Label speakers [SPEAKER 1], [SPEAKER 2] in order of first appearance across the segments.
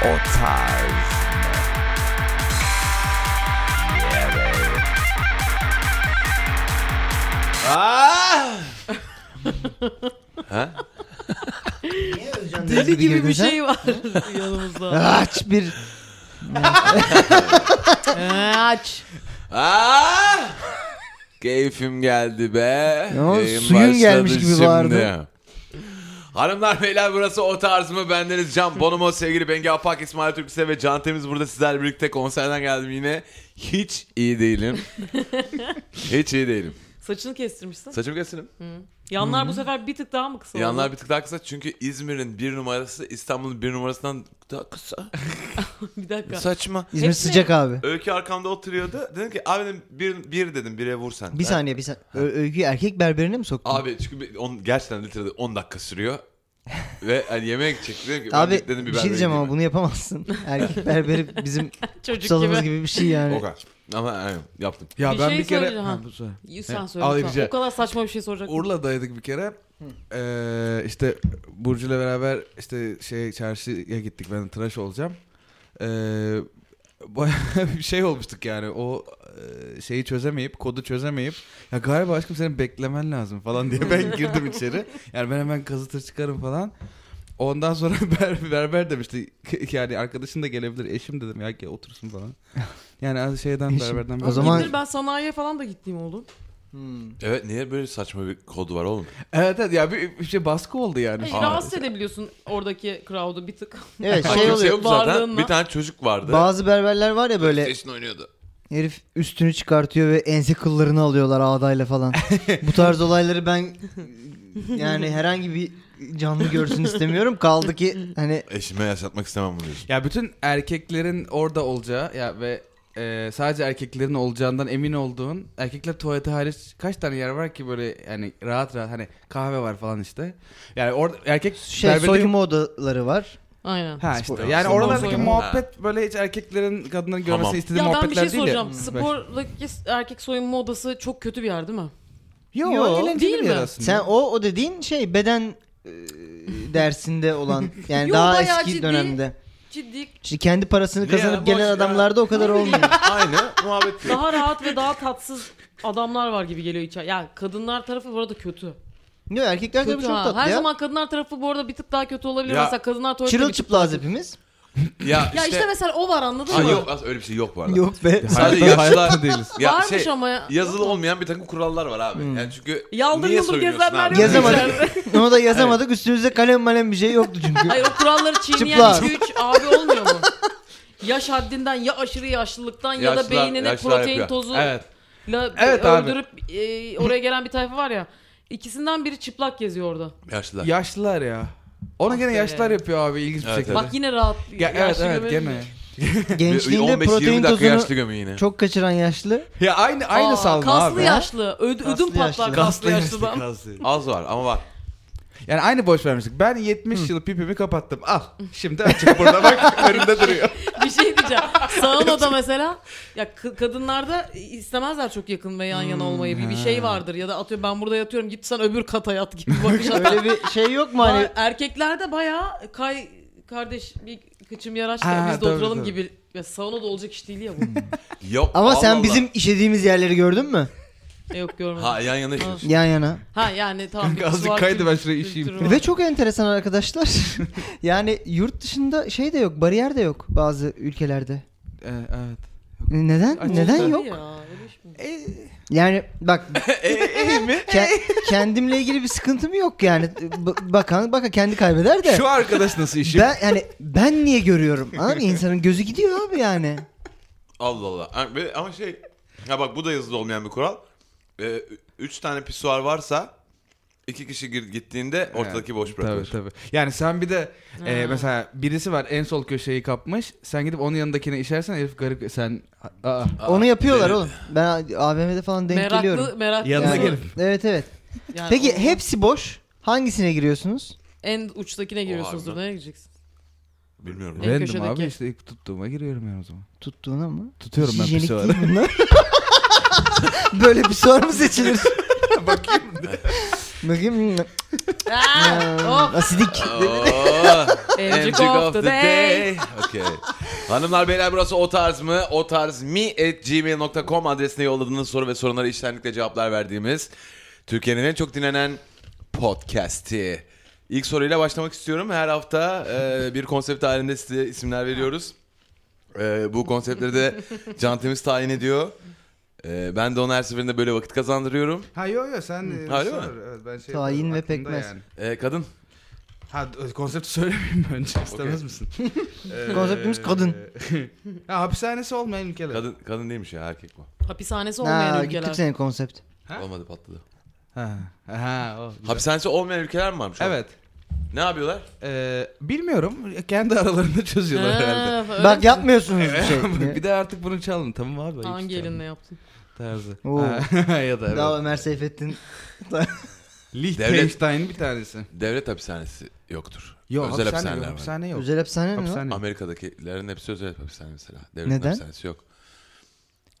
[SPEAKER 1] O tarz Ah!
[SPEAKER 2] Deli gibi bir
[SPEAKER 3] girdin sen?
[SPEAKER 2] şey var yanımızda.
[SPEAKER 3] Aç bir.
[SPEAKER 2] Ee, Aç.
[SPEAKER 1] Ah! Keyfim geldi be.
[SPEAKER 3] Ne oldu?
[SPEAKER 1] Yayın
[SPEAKER 3] Suyun
[SPEAKER 1] başladı
[SPEAKER 3] gelmiş gibi
[SPEAKER 1] şimdi.
[SPEAKER 3] bağırdı.
[SPEAKER 1] Hanımlar beyler burası o tarz mı? Bendeniz Can Bonomo, sevgili Bengi Apak, İsmail Türkse ve Can Temiz burada sizlerle birlikte konserden geldim yine. Hiç iyi değilim. Hiç iyi değilim.
[SPEAKER 2] Saçını kestirmişsin.
[SPEAKER 1] Saçımı keselim.
[SPEAKER 2] Yanlar bu sefer bir tık daha mı kısa? oldu?
[SPEAKER 1] Yanlar bir tık daha kısa çünkü İzmir'in bir numarası İstanbul'un bir numarasından daha kısa.
[SPEAKER 2] bir dakika.
[SPEAKER 1] Saçma.
[SPEAKER 3] İzmir
[SPEAKER 2] Hepsi-
[SPEAKER 3] sıcak abi.
[SPEAKER 1] Öykü arkamda oturuyordu. Dedim ki abi dedim, bir, bir dedim bire vur sen.
[SPEAKER 3] Bir
[SPEAKER 1] Ben-
[SPEAKER 3] saniye bir saniye. Ö- Öyküyü erkek berberine mi soktun?
[SPEAKER 1] Abi çünkü bir- on, gerçekten litrede 10 dakika sürüyor. Ve hani yemeğe gidecek. Dedim ki,
[SPEAKER 3] Abi
[SPEAKER 1] ben dedim,
[SPEAKER 3] bir
[SPEAKER 1] ben
[SPEAKER 3] şey diyeceğim
[SPEAKER 1] bekleyeyim.
[SPEAKER 3] ama bunu yapamazsın. Erkek berberi bizim
[SPEAKER 2] Çocuk
[SPEAKER 3] salımız
[SPEAKER 2] gibi.
[SPEAKER 3] gibi bir şey yani.
[SPEAKER 1] O kadar. Ama aynen, yaptım.
[SPEAKER 4] Ya
[SPEAKER 2] Bir
[SPEAKER 4] ben
[SPEAKER 2] şey
[SPEAKER 4] bir kere
[SPEAKER 2] söyleyeceğim.
[SPEAKER 4] ha, bu söyle.
[SPEAKER 2] Y- Sen
[SPEAKER 4] He,
[SPEAKER 2] söyle.
[SPEAKER 4] al
[SPEAKER 2] lütfen.
[SPEAKER 4] rica.
[SPEAKER 2] O kadar saçma bir şey soracak.
[SPEAKER 4] Urla'daydık bir kere. Ee, işte Burcu'yla beraber işte şey çarşıya gittik ben tıraş olacağım. Ee, bayağı bir şey olmuştuk yani o e, şeyi çözemeyip kodu çözemeyip ya galiba aşkım senin beklemen lazım falan diye ben girdim içeri. Yani ben hemen kazıtır çıkarım falan. Ondan sonra ber- berber demişti yani arkadaşın da gelebilir eşim dedim ya gel otursun falan. Yani az şeyden
[SPEAKER 3] Eşim.
[SPEAKER 4] berberden
[SPEAKER 3] O zaman-
[SPEAKER 2] Gittir, ben sanayiye falan da gittiğim oğlum.
[SPEAKER 3] Hmm.
[SPEAKER 1] Evet niye böyle saçma bir kodu var oğlum?
[SPEAKER 4] Evet evet ya bir, bir şey baskı oldu yani.
[SPEAKER 2] Hey,
[SPEAKER 1] Aa.
[SPEAKER 2] rahatsız edebiliyorsun oradaki crowd'u bir tık.
[SPEAKER 3] Evet
[SPEAKER 1] Ha,
[SPEAKER 2] Ay,
[SPEAKER 3] şey
[SPEAKER 1] kimse
[SPEAKER 3] oluyor.
[SPEAKER 1] yok zaten.
[SPEAKER 2] Bağırdığınla.
[SPEAKER 1] Bir tane çocuk vardı.
[SPEAKER 3] Bazı berberler var ya böyle
[SPEAKER 1] PlayStation oynuyordu.
[SPEAKER 3] herif üstünü çıkartıyor ve ense kıllarını alıyorlar ağdayla falan. Bu tarz olayları ben yani herhangi bir canlı görsün istemiyorum. Kaldı ki hani
[SPEAKER 1] Eşime yaşatmak istemem bunu diyorsun.
[SPEAKER 4] Ya bütün erkeklerin orada olacağı ya ve e, sadece erkeklerin olacağından emin olduğun erkekler tuvaleti hariç kaç tane yer var ki böyle yani rahat rahat hani kahve var falan işte. Yani orada erkek
[SPEAKER 3] şey
[SPEAKER 4] berberdeki-
[SPEAKER 3] soyunma odaları var.
[SPEAKER 2] Aynen.
[SPEAKER 4] Ha işte.
[SPEAKER 1] Spor-
[SPEAKER 4] Yani
[SPEAKER 1] spor
[SPEAKER 4] oralardaki
[SPEAKER 2] soyunma.
[SPEAKER 4] muhabbet böyle hiç erkeklerin kadınların görmesini
[SPEAKER 1] Hamam.
[SPEAKER 4] istediği
[SPEAKER 2] Ya ben bir
[SPEAKER 4] muhabbetler
[SPEAKER 2] şey
[SPEAKER 4] değil ya.
[SPEAKER 2] soracağım. Spordaki erkek soyunma odası çok kötü bir yer değil mi?
[SPEAKER 3] Yo,
[SPEAKER 4] Yo, eğlenceli
[SPEAKER 2] değil
[SPEAKER 4] bir yer
[SPEAKER 2] mi?
[SPEAKER 4] aslında.
[SPEAKER 3] Sen o o dediğin şey beden e, dersinde olan yani
[SPEAKER 2] Yo,
[SPEAKER 3] daha
[SPEAKER 2] bayağı
[SPEAKER 3] eski
[SPEAKER 2] ciddi.
[SPEAKER 3] dönemde.
[SPEAKER 2] Ciddi
[SPEAKER 3] Şimdi kendi parasını
[SPEAKER 1] Niye
[SPEAKER 3] kazanıp
[SPEAKER 1] ya?
[SPEAKER 3] gelen
[SPEAKER 1] Boş ya.
[SPEAKER 3] adamlarda o kadar olmuyor.
[SPEAKER 1] Aynı muhabbet.
[SPEAKER 2] daha rahat ve daha tatsız adamlar var gibi geliyor içeri. Yani kadınlar tarafı bu arada kötü.
[SPEAKER 3] Yok erkekler tabii
[SPEAKER 2] Kötü
[SPEAKER 3] çok
[SPEAKER 2] ha.
[SPEAKER 3] tatlı
[SPEAKER 2] Her
[SPEAKER 3] ya.
[SPEAKER 2] zaman kadınlar tarafı bu arada bir tık daha kötü olabilir.
[SPEAKER 1] Ya,
[SPEAKER 2] Mesela kadınlar tuvalette bir şey tık
[SPEAKER 3] Çırılçıplaz
[SPEAKER 2] daha kötü.
[SPEAKER 3] hepimiz.
[SPEAKER 1] ya
[SPEAKER 2] Ya
[SPEAKER 1] işte.
[SPEAKER 2] işte, mesela o var anladın
[SPEAKER 1] Ay,
[SPEAKER 2] mı?
[SPEAKER 1] yok aslında öyle bir şey yok bu arada.
[SPEAKER 3] Yok be.
[SPEAKER 1] Sadece
[SPEAKER 4] Hayatta- hayatta
[SPEAKER 1] yaşlılar-
[SPEAKER 4] değiliz.
[SPEAKER 1] Ya
[SPEAKER 2] Varmış
[SPEAKER 1] şey,
[SPEAKER 2] ama ya.
[SPEAKER 1] Yazılı olmayan bir takım kurallar var abi.
[SPEAKER 3] Hmm.
[SPEAKER 1] Yani çünkü
[SPEAKER 2] Yaldır
[SPEAKER 1] niye
[SPEAKER 2] yıldır
[SPEAKER 1] soyunuyorsun
[SPEAKER 2] gezenler
[SPEAKER 1] abi?
[SPEAKER 2] yok.
[SPEAKER 3] Yazamadık. Onu da yazamadık. Üstümüzde kalem malem bir şey yoktu çünkü.
[SPEAKER 2] Hayır o kuralları
[SPEAKER 3] Çıplak.
[SPEAKER 2] çiğneyen güç abi olmuyor mu? Yaş haddinden ya aşırı yaşlılıktan ya da
[SPEAKER 1] Yaşlılar-
[SPEAKER 2] beynine
[SPEAKER 1] yaşlılar
[SPEAKER 2] protein
[SPEAKER 1] yapıyor.
[SPEAKER 2] tozu
[SPEAKER 4] Evet.
[SPEAKER 2] la
[SPEAKER 4] Evet abi.
[SPEAKER 2] öldürüp e, oraya gelen bir tayfa var ya. İkisinden biri çıplak geziyor orada.
[SPEAKER 1] Yaşlılar.
[SPEAKER 4] Yaşlılar ya. Onu gene
[SPEAKER 2] Ah be.
[SPEAKER 4] yaşlılar yapıyor abi ilginç bir
[SPEAKER 1] Evet,
[SPEAKER 4] şekilde.
[SPEAKER 1] evet.
[SPEAKER 2] Bak yine rahat.
[SPEAKER 4] Ya, evet
[SPEAKER 2] yaşlı
[SPEAKER 4] evet
[SPEAKER 2] göbeği
[SPEAKER 4] gene.
[SPEAKER 3] Gençliğinde
[SPEAKER 1] 15-20
[SPEAKER 3] protein
[SPEAKER 1] dakika yaşlı
[SPEAKER 3] tozunu
[SPEAKER 1] gömü yine.
[SPEAKER 3] çok kaçıran yaşlı.
[SPEAKER 4] Ya aynı aynı
[SPEAKER 2] Aa,
[SPEAKER 4] salma
[SPEAKER 2] kaslı
[SPEAKER 4] abi.
[SPEAKER 2] yaşlı. Öd-
[SPEAKER 3] Kaslı
[SPEAKER 2] ödüm patlar
[SPEAKER 3] yaşlı.
[SPEAKER 2] kaslı yaşlıdan.
[SPEAKER 1] Az var ama var.
[SPEAKER 4] Yani aynı boş vermiştik. Ben 70 yıl pipimi kapattım. Al. Şimdi açık burada bak önünde duruyor.
[SPEAKER 2] bir şey diyeceğim. Saunada mesela ya kı- kadınlarda istemezler çok yakın ve yan
[SPEAKER 4] Hmm,
[SPEAKER 2] yana olmayı. Bir, bir şey vardır ya da atıyor ben burada yatıyorum git sen öbür kata yat gibi bakış atıyor.
[SPEAKER 3] Öyle bir şey yok mu hani?
[SPEAKER 2] Erkeklerde bayağı kay kardeş bir kıçım yaraştı
[SPEAKER 4] Ha,
[SPEAKER 2] biz de
[SPEAKER 4] tabii,
[SPEAKER 2] oturalım
[SPEAKER 4] tabii. Hmm.
[SPEAKER 2] gibi. Ya sauna da olacak iş değil ya bu.
[SPEAKER 1] Yok.
[SPEAKER 3] Ama
[SPEAKER 1] Allah
[SPEAKER 3] sen
[SPEAKER 1] Allah.
[SPEAKER 3] bizim işediğimiz yerleri gördün mü?
[SPEAKER 2] E, Yok görmedim.
[SPEAKER 1] Ha yan yana işin.
[SPEAKER 3] Yan yana.
[SPEAKER 2] Ha yani tamam. bir
[SPEAKER 4] Azıcık
[SPEAKER 2] tuvalet
[SPEAKER 4] kaydı ben şuraya
[SPEAKER 2] kültürü
[SPEAKER 4] işeyim.
[SPEAKER 2] var.
[SPEAKER 3] Ve çok enteresan arkadaşlar. yani yurt dışında şey de yok, bariyer de yok bazı ülkelerde.
[SPEAKER 4] Ee, evet.
[SPEAKER 3] Neden?
[SPEAKER 4] Açıkta.
[SPEAKER 3] Neden
[SPEAKER 2] Tabii
[SPEAKER 3] yok?
[SPEAKER 2] ya, öyle iş mi?
[SPEAKER 3] Yani bak ke- kendimle ilgili bir sıkıntım yok yani. B- bakan baka kendi kaybeder de.
[SPEAKER 4] Şu arkadaş nasıl işi?
[SPEAKER 3] Ben yani ben niye görüyorum? Anladın mı? İnsanın gözü gidiyor abi yani.
[SPEAKER 1] Allah Allah. Ha, ve- Ama şey. Ya bak bu da yazılı olmayan bir kural. Ee, üç tane pisuar varsa iki kişi gir, gittiğinde ortadaki boş
[SPEAKER 4] Tabii
[SPEAKER 1] bırakılır.
[SPEAKER 4] tabii. Yani sen bir de e,
[SPEAKER 2] Ha.
[SPEAKER 4] mesela birisi var en sol köşeyi kapmış. Sen gidip onun yanındakine işersen herif garip sen aa.
[SPEAKER 3] Onu yapıyorlar
[SPEAKER 1] benim-
[SPEAKER 3] oğlum. Ben AVM'de falan denk geliyorum.
[SPEAKER 2] Meraklı, meraklı.
[SPEAKER 4] Yanına
[SPEAKER 3] Yani-
[SPEAKER 4] gelip.
[SPEAKER 3] Evet evet.
[SPEAKER 2] Yani
[SPEAKER 3] Peki
[SPEAKER 2] o-
[SPEAKER 3] hepsi boş. Hangisine giriyorsunuz?
[SPEAKER 2] En uçtakine giriyorsunuzdur.
[SPEAKER 1] harbiden.
[SPEAKER 2] Neye gireceksin?
[SPEAKER 1] Bilmiyorum.
[SPEAKER 2] En
[SPEAKER 4] Random
[SPEAKER 2] köşedeki.
[SPEAKER 4] abi işte ilk tuttuğuma giriyorum yani o zaman.
[SPEAKER 3] Tuttuğuna mı?
[SPEAKER 4] Tutuyorum ben
[SPEAKER 3] Hijyenik
[SPEAKER 4] pisuarı.
[SPEAKER 3] değil bunlar. Böyle bir soru mu seçilir? Bakayım. Bakayım.
[SPEAKER 2] Aa, of.
[SPEAKER 3] Asidik.
[SPEAKER 1] Oo, the
[SPEAKER 2] Magic of the day.
[SPEAKER 1] Okay. Hanımlar beyler burası o tarz mı? O tarz mi at gmail.com adresine yolladığınız soru ve sorunlara içtenlikle cevaplar verdiğimiz Türkiye'nin en çok dinlenen podcast'i. İlk soruyla başlamak istiyorum. Her hafta e, bir konsept halinde size isimler veriyoruz. E, bu konseptleri de Can Temiz tayin ediyor. E, ben de ona her seferinde böyle vakit kazandırıyorum.
[SPEAKER 4] Ha yok yok sen e,
[SPEAKER 1] Ha, öyle mi?
[SPEAKER 4] sor. Evet, ben şey
[SPEAKER 3] Tayin
[SPEAKER 4] yapıyorum,
[SPEAKER 3] ve
[SPEAKER 4] aklımda
[SPEAKER 3] pekmez.
[SPEAKER 1] E, kadın.
[SPEAKER 4] Ha d- konsepti söylemeyeyim mi önce istemez misin? Ee,
[SPEAKER 3] Konseptimiz kadın.
[SPEAKER 4] ha, hapishanesi olmayan ülkeler.
[SPEAKER 1] Kadın kadın değilmiş ya erkek bu.
[SPEAKER 2] Hapishanesi olmayan
[SPEAKER 3] Ha,
[SPEAKER 2] ülkeler.
[SPEAKER 3] gittik senin konsept.
[SPEAKER 4] Ha?
[SPEAKER 1] Olmadı patladı.
[SPEAKER 4] Ha. Ha o. güzel.
[SPEAKER 1] Hapishanesi olmayan ülkeler mi varmış? orada?
[SPEAKER 4] Evet.
[SPEAKER 1] Ne yapıyorlar?
[SPEAKER 4] Ee, bilmiyorum. Kendi aralarında çözüyorlar herhalde.
[SPEAKER 2] Ha, öyle
[SPEAKER 3] Bak
[SPEAKER 2] mi?
[SPEAKER 3] yapmıyorsunuz bir şey.
[SPEAKER 4] bir de artık bunu çalın tamam abi.
[SPEAKER 2] Hangi
[SPEAKER 4] Hiç çalın.
[SPEAKER 2] elinle yaptın?
[SPEAKER 4] Tarzı.
[SPEAKER 3] Oo.
[SPEAKER 4] Ha, ya da evet.
[SPEAKER 3] Daha Ömer Seyfettin.
[SPEAKER 4] Liechtenstein'in bir tanesi.
[SPEAKER 1] Devlet hapishanesi yoktur.
[SPEAKER 4] Yok
[SPEAKER 1] özel hapishaneler
[SPEAKER 4] hapishane yok.
[SPEAKER 1] var.
[SPEAKER 4] Hapishane yok.
[SPEAKER 3] Özel hapishane mi var?
[SPEAKER 4] Hapishane yok.
[SPEAKER 1] Amerika'dakilerin hepsi özel hapishane mesela. Devlet
[SPEAKER 3] Neden?
[SPEAKER 1] hapishanesi yok.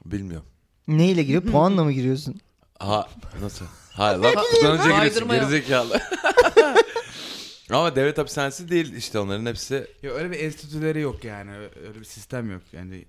[SPEAKER 1] Bilmiyorum.
[SPEAKER 3] Neyle giriyor? Puanla mı giriyorsun?
[SPEAKER 1] Ha nasıl? Hayır lan tutanınca giriyorsun
[SPEAKER 2] Kaydırma yok.
[SPEAKER 1] gerizekalı. Ama devlet hapishanesi değil işte onların hepsi.
[SPEAKER 4] Ya öyle bir enstitüleri yok yani. Öyle bir sistem yok yani.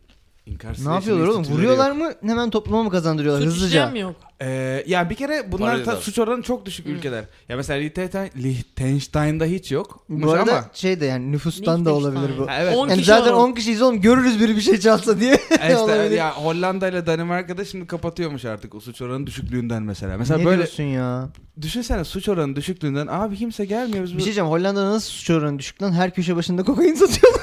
[SPEAKER 3] Ne
[SPEAKER 4] Incarceration
[SPEAKER 3] yapıyorlar oğlum?
[SPEAKER 4] enstitüleri
[SPEAKER 3] Vuruyorlar
[SPEAKER 4] yok.
[SPEAKER 3] mı? Hemen topluma mı kazandırıyorlar?
[SPEAKER 2] Suç
[SPEAKER 3] Hızlıca.
[SPEAKER 2] işlem yok.
[SPEAKER 4] Ee, ya bir kere bunlar
[SPEAKER 1] Paralel
[SPEAKER 4] da
[SPEAKER 1] abi.
[SPEAKER 4] suç oranı çok düşük ülkeler. Ya mesela Liechtenstein, Liechtenstein'da hiç yok.
[SPEAKER 3] Bu arada şey de yani nüfustan da olabilir bu.
[SPEAKER 4] Ha, evet.
[SPEAKER 2] 10
[SPEAKER 3] Yani
[SPEAKER 2] kişi
[SPEAKER 3] zaten
[SPEAKER 2] var.
[SPEAKER 3] 10 kişiyiz oğlum görürüz biri bir şey çalsa diye.
[SPEAKER 4] Ya e işte
[SPEAKER 3] olabilir.
[SPEAKER 4] ya Hollanda ile Danimarka'da şimdi kapatıyormuş artık o suç oranı düşüklüğünden mesela. Mesela
[SPEAKER 3] ne
[SPEAKER 4] böyle
[SPEAKER 3] diyorsun ya?
[SPEAKER 4] düşünsene suç oranı düşüklüğünden abi kimse gelmiyor biz
[SPEAKER 3] Bir
[SPEAKER 4] bu-
[SPEAKER 3] şey diyeceğim Hollanda'da nasıl suç oranı düşük lan? Her köşe başında kokain satıyorlar.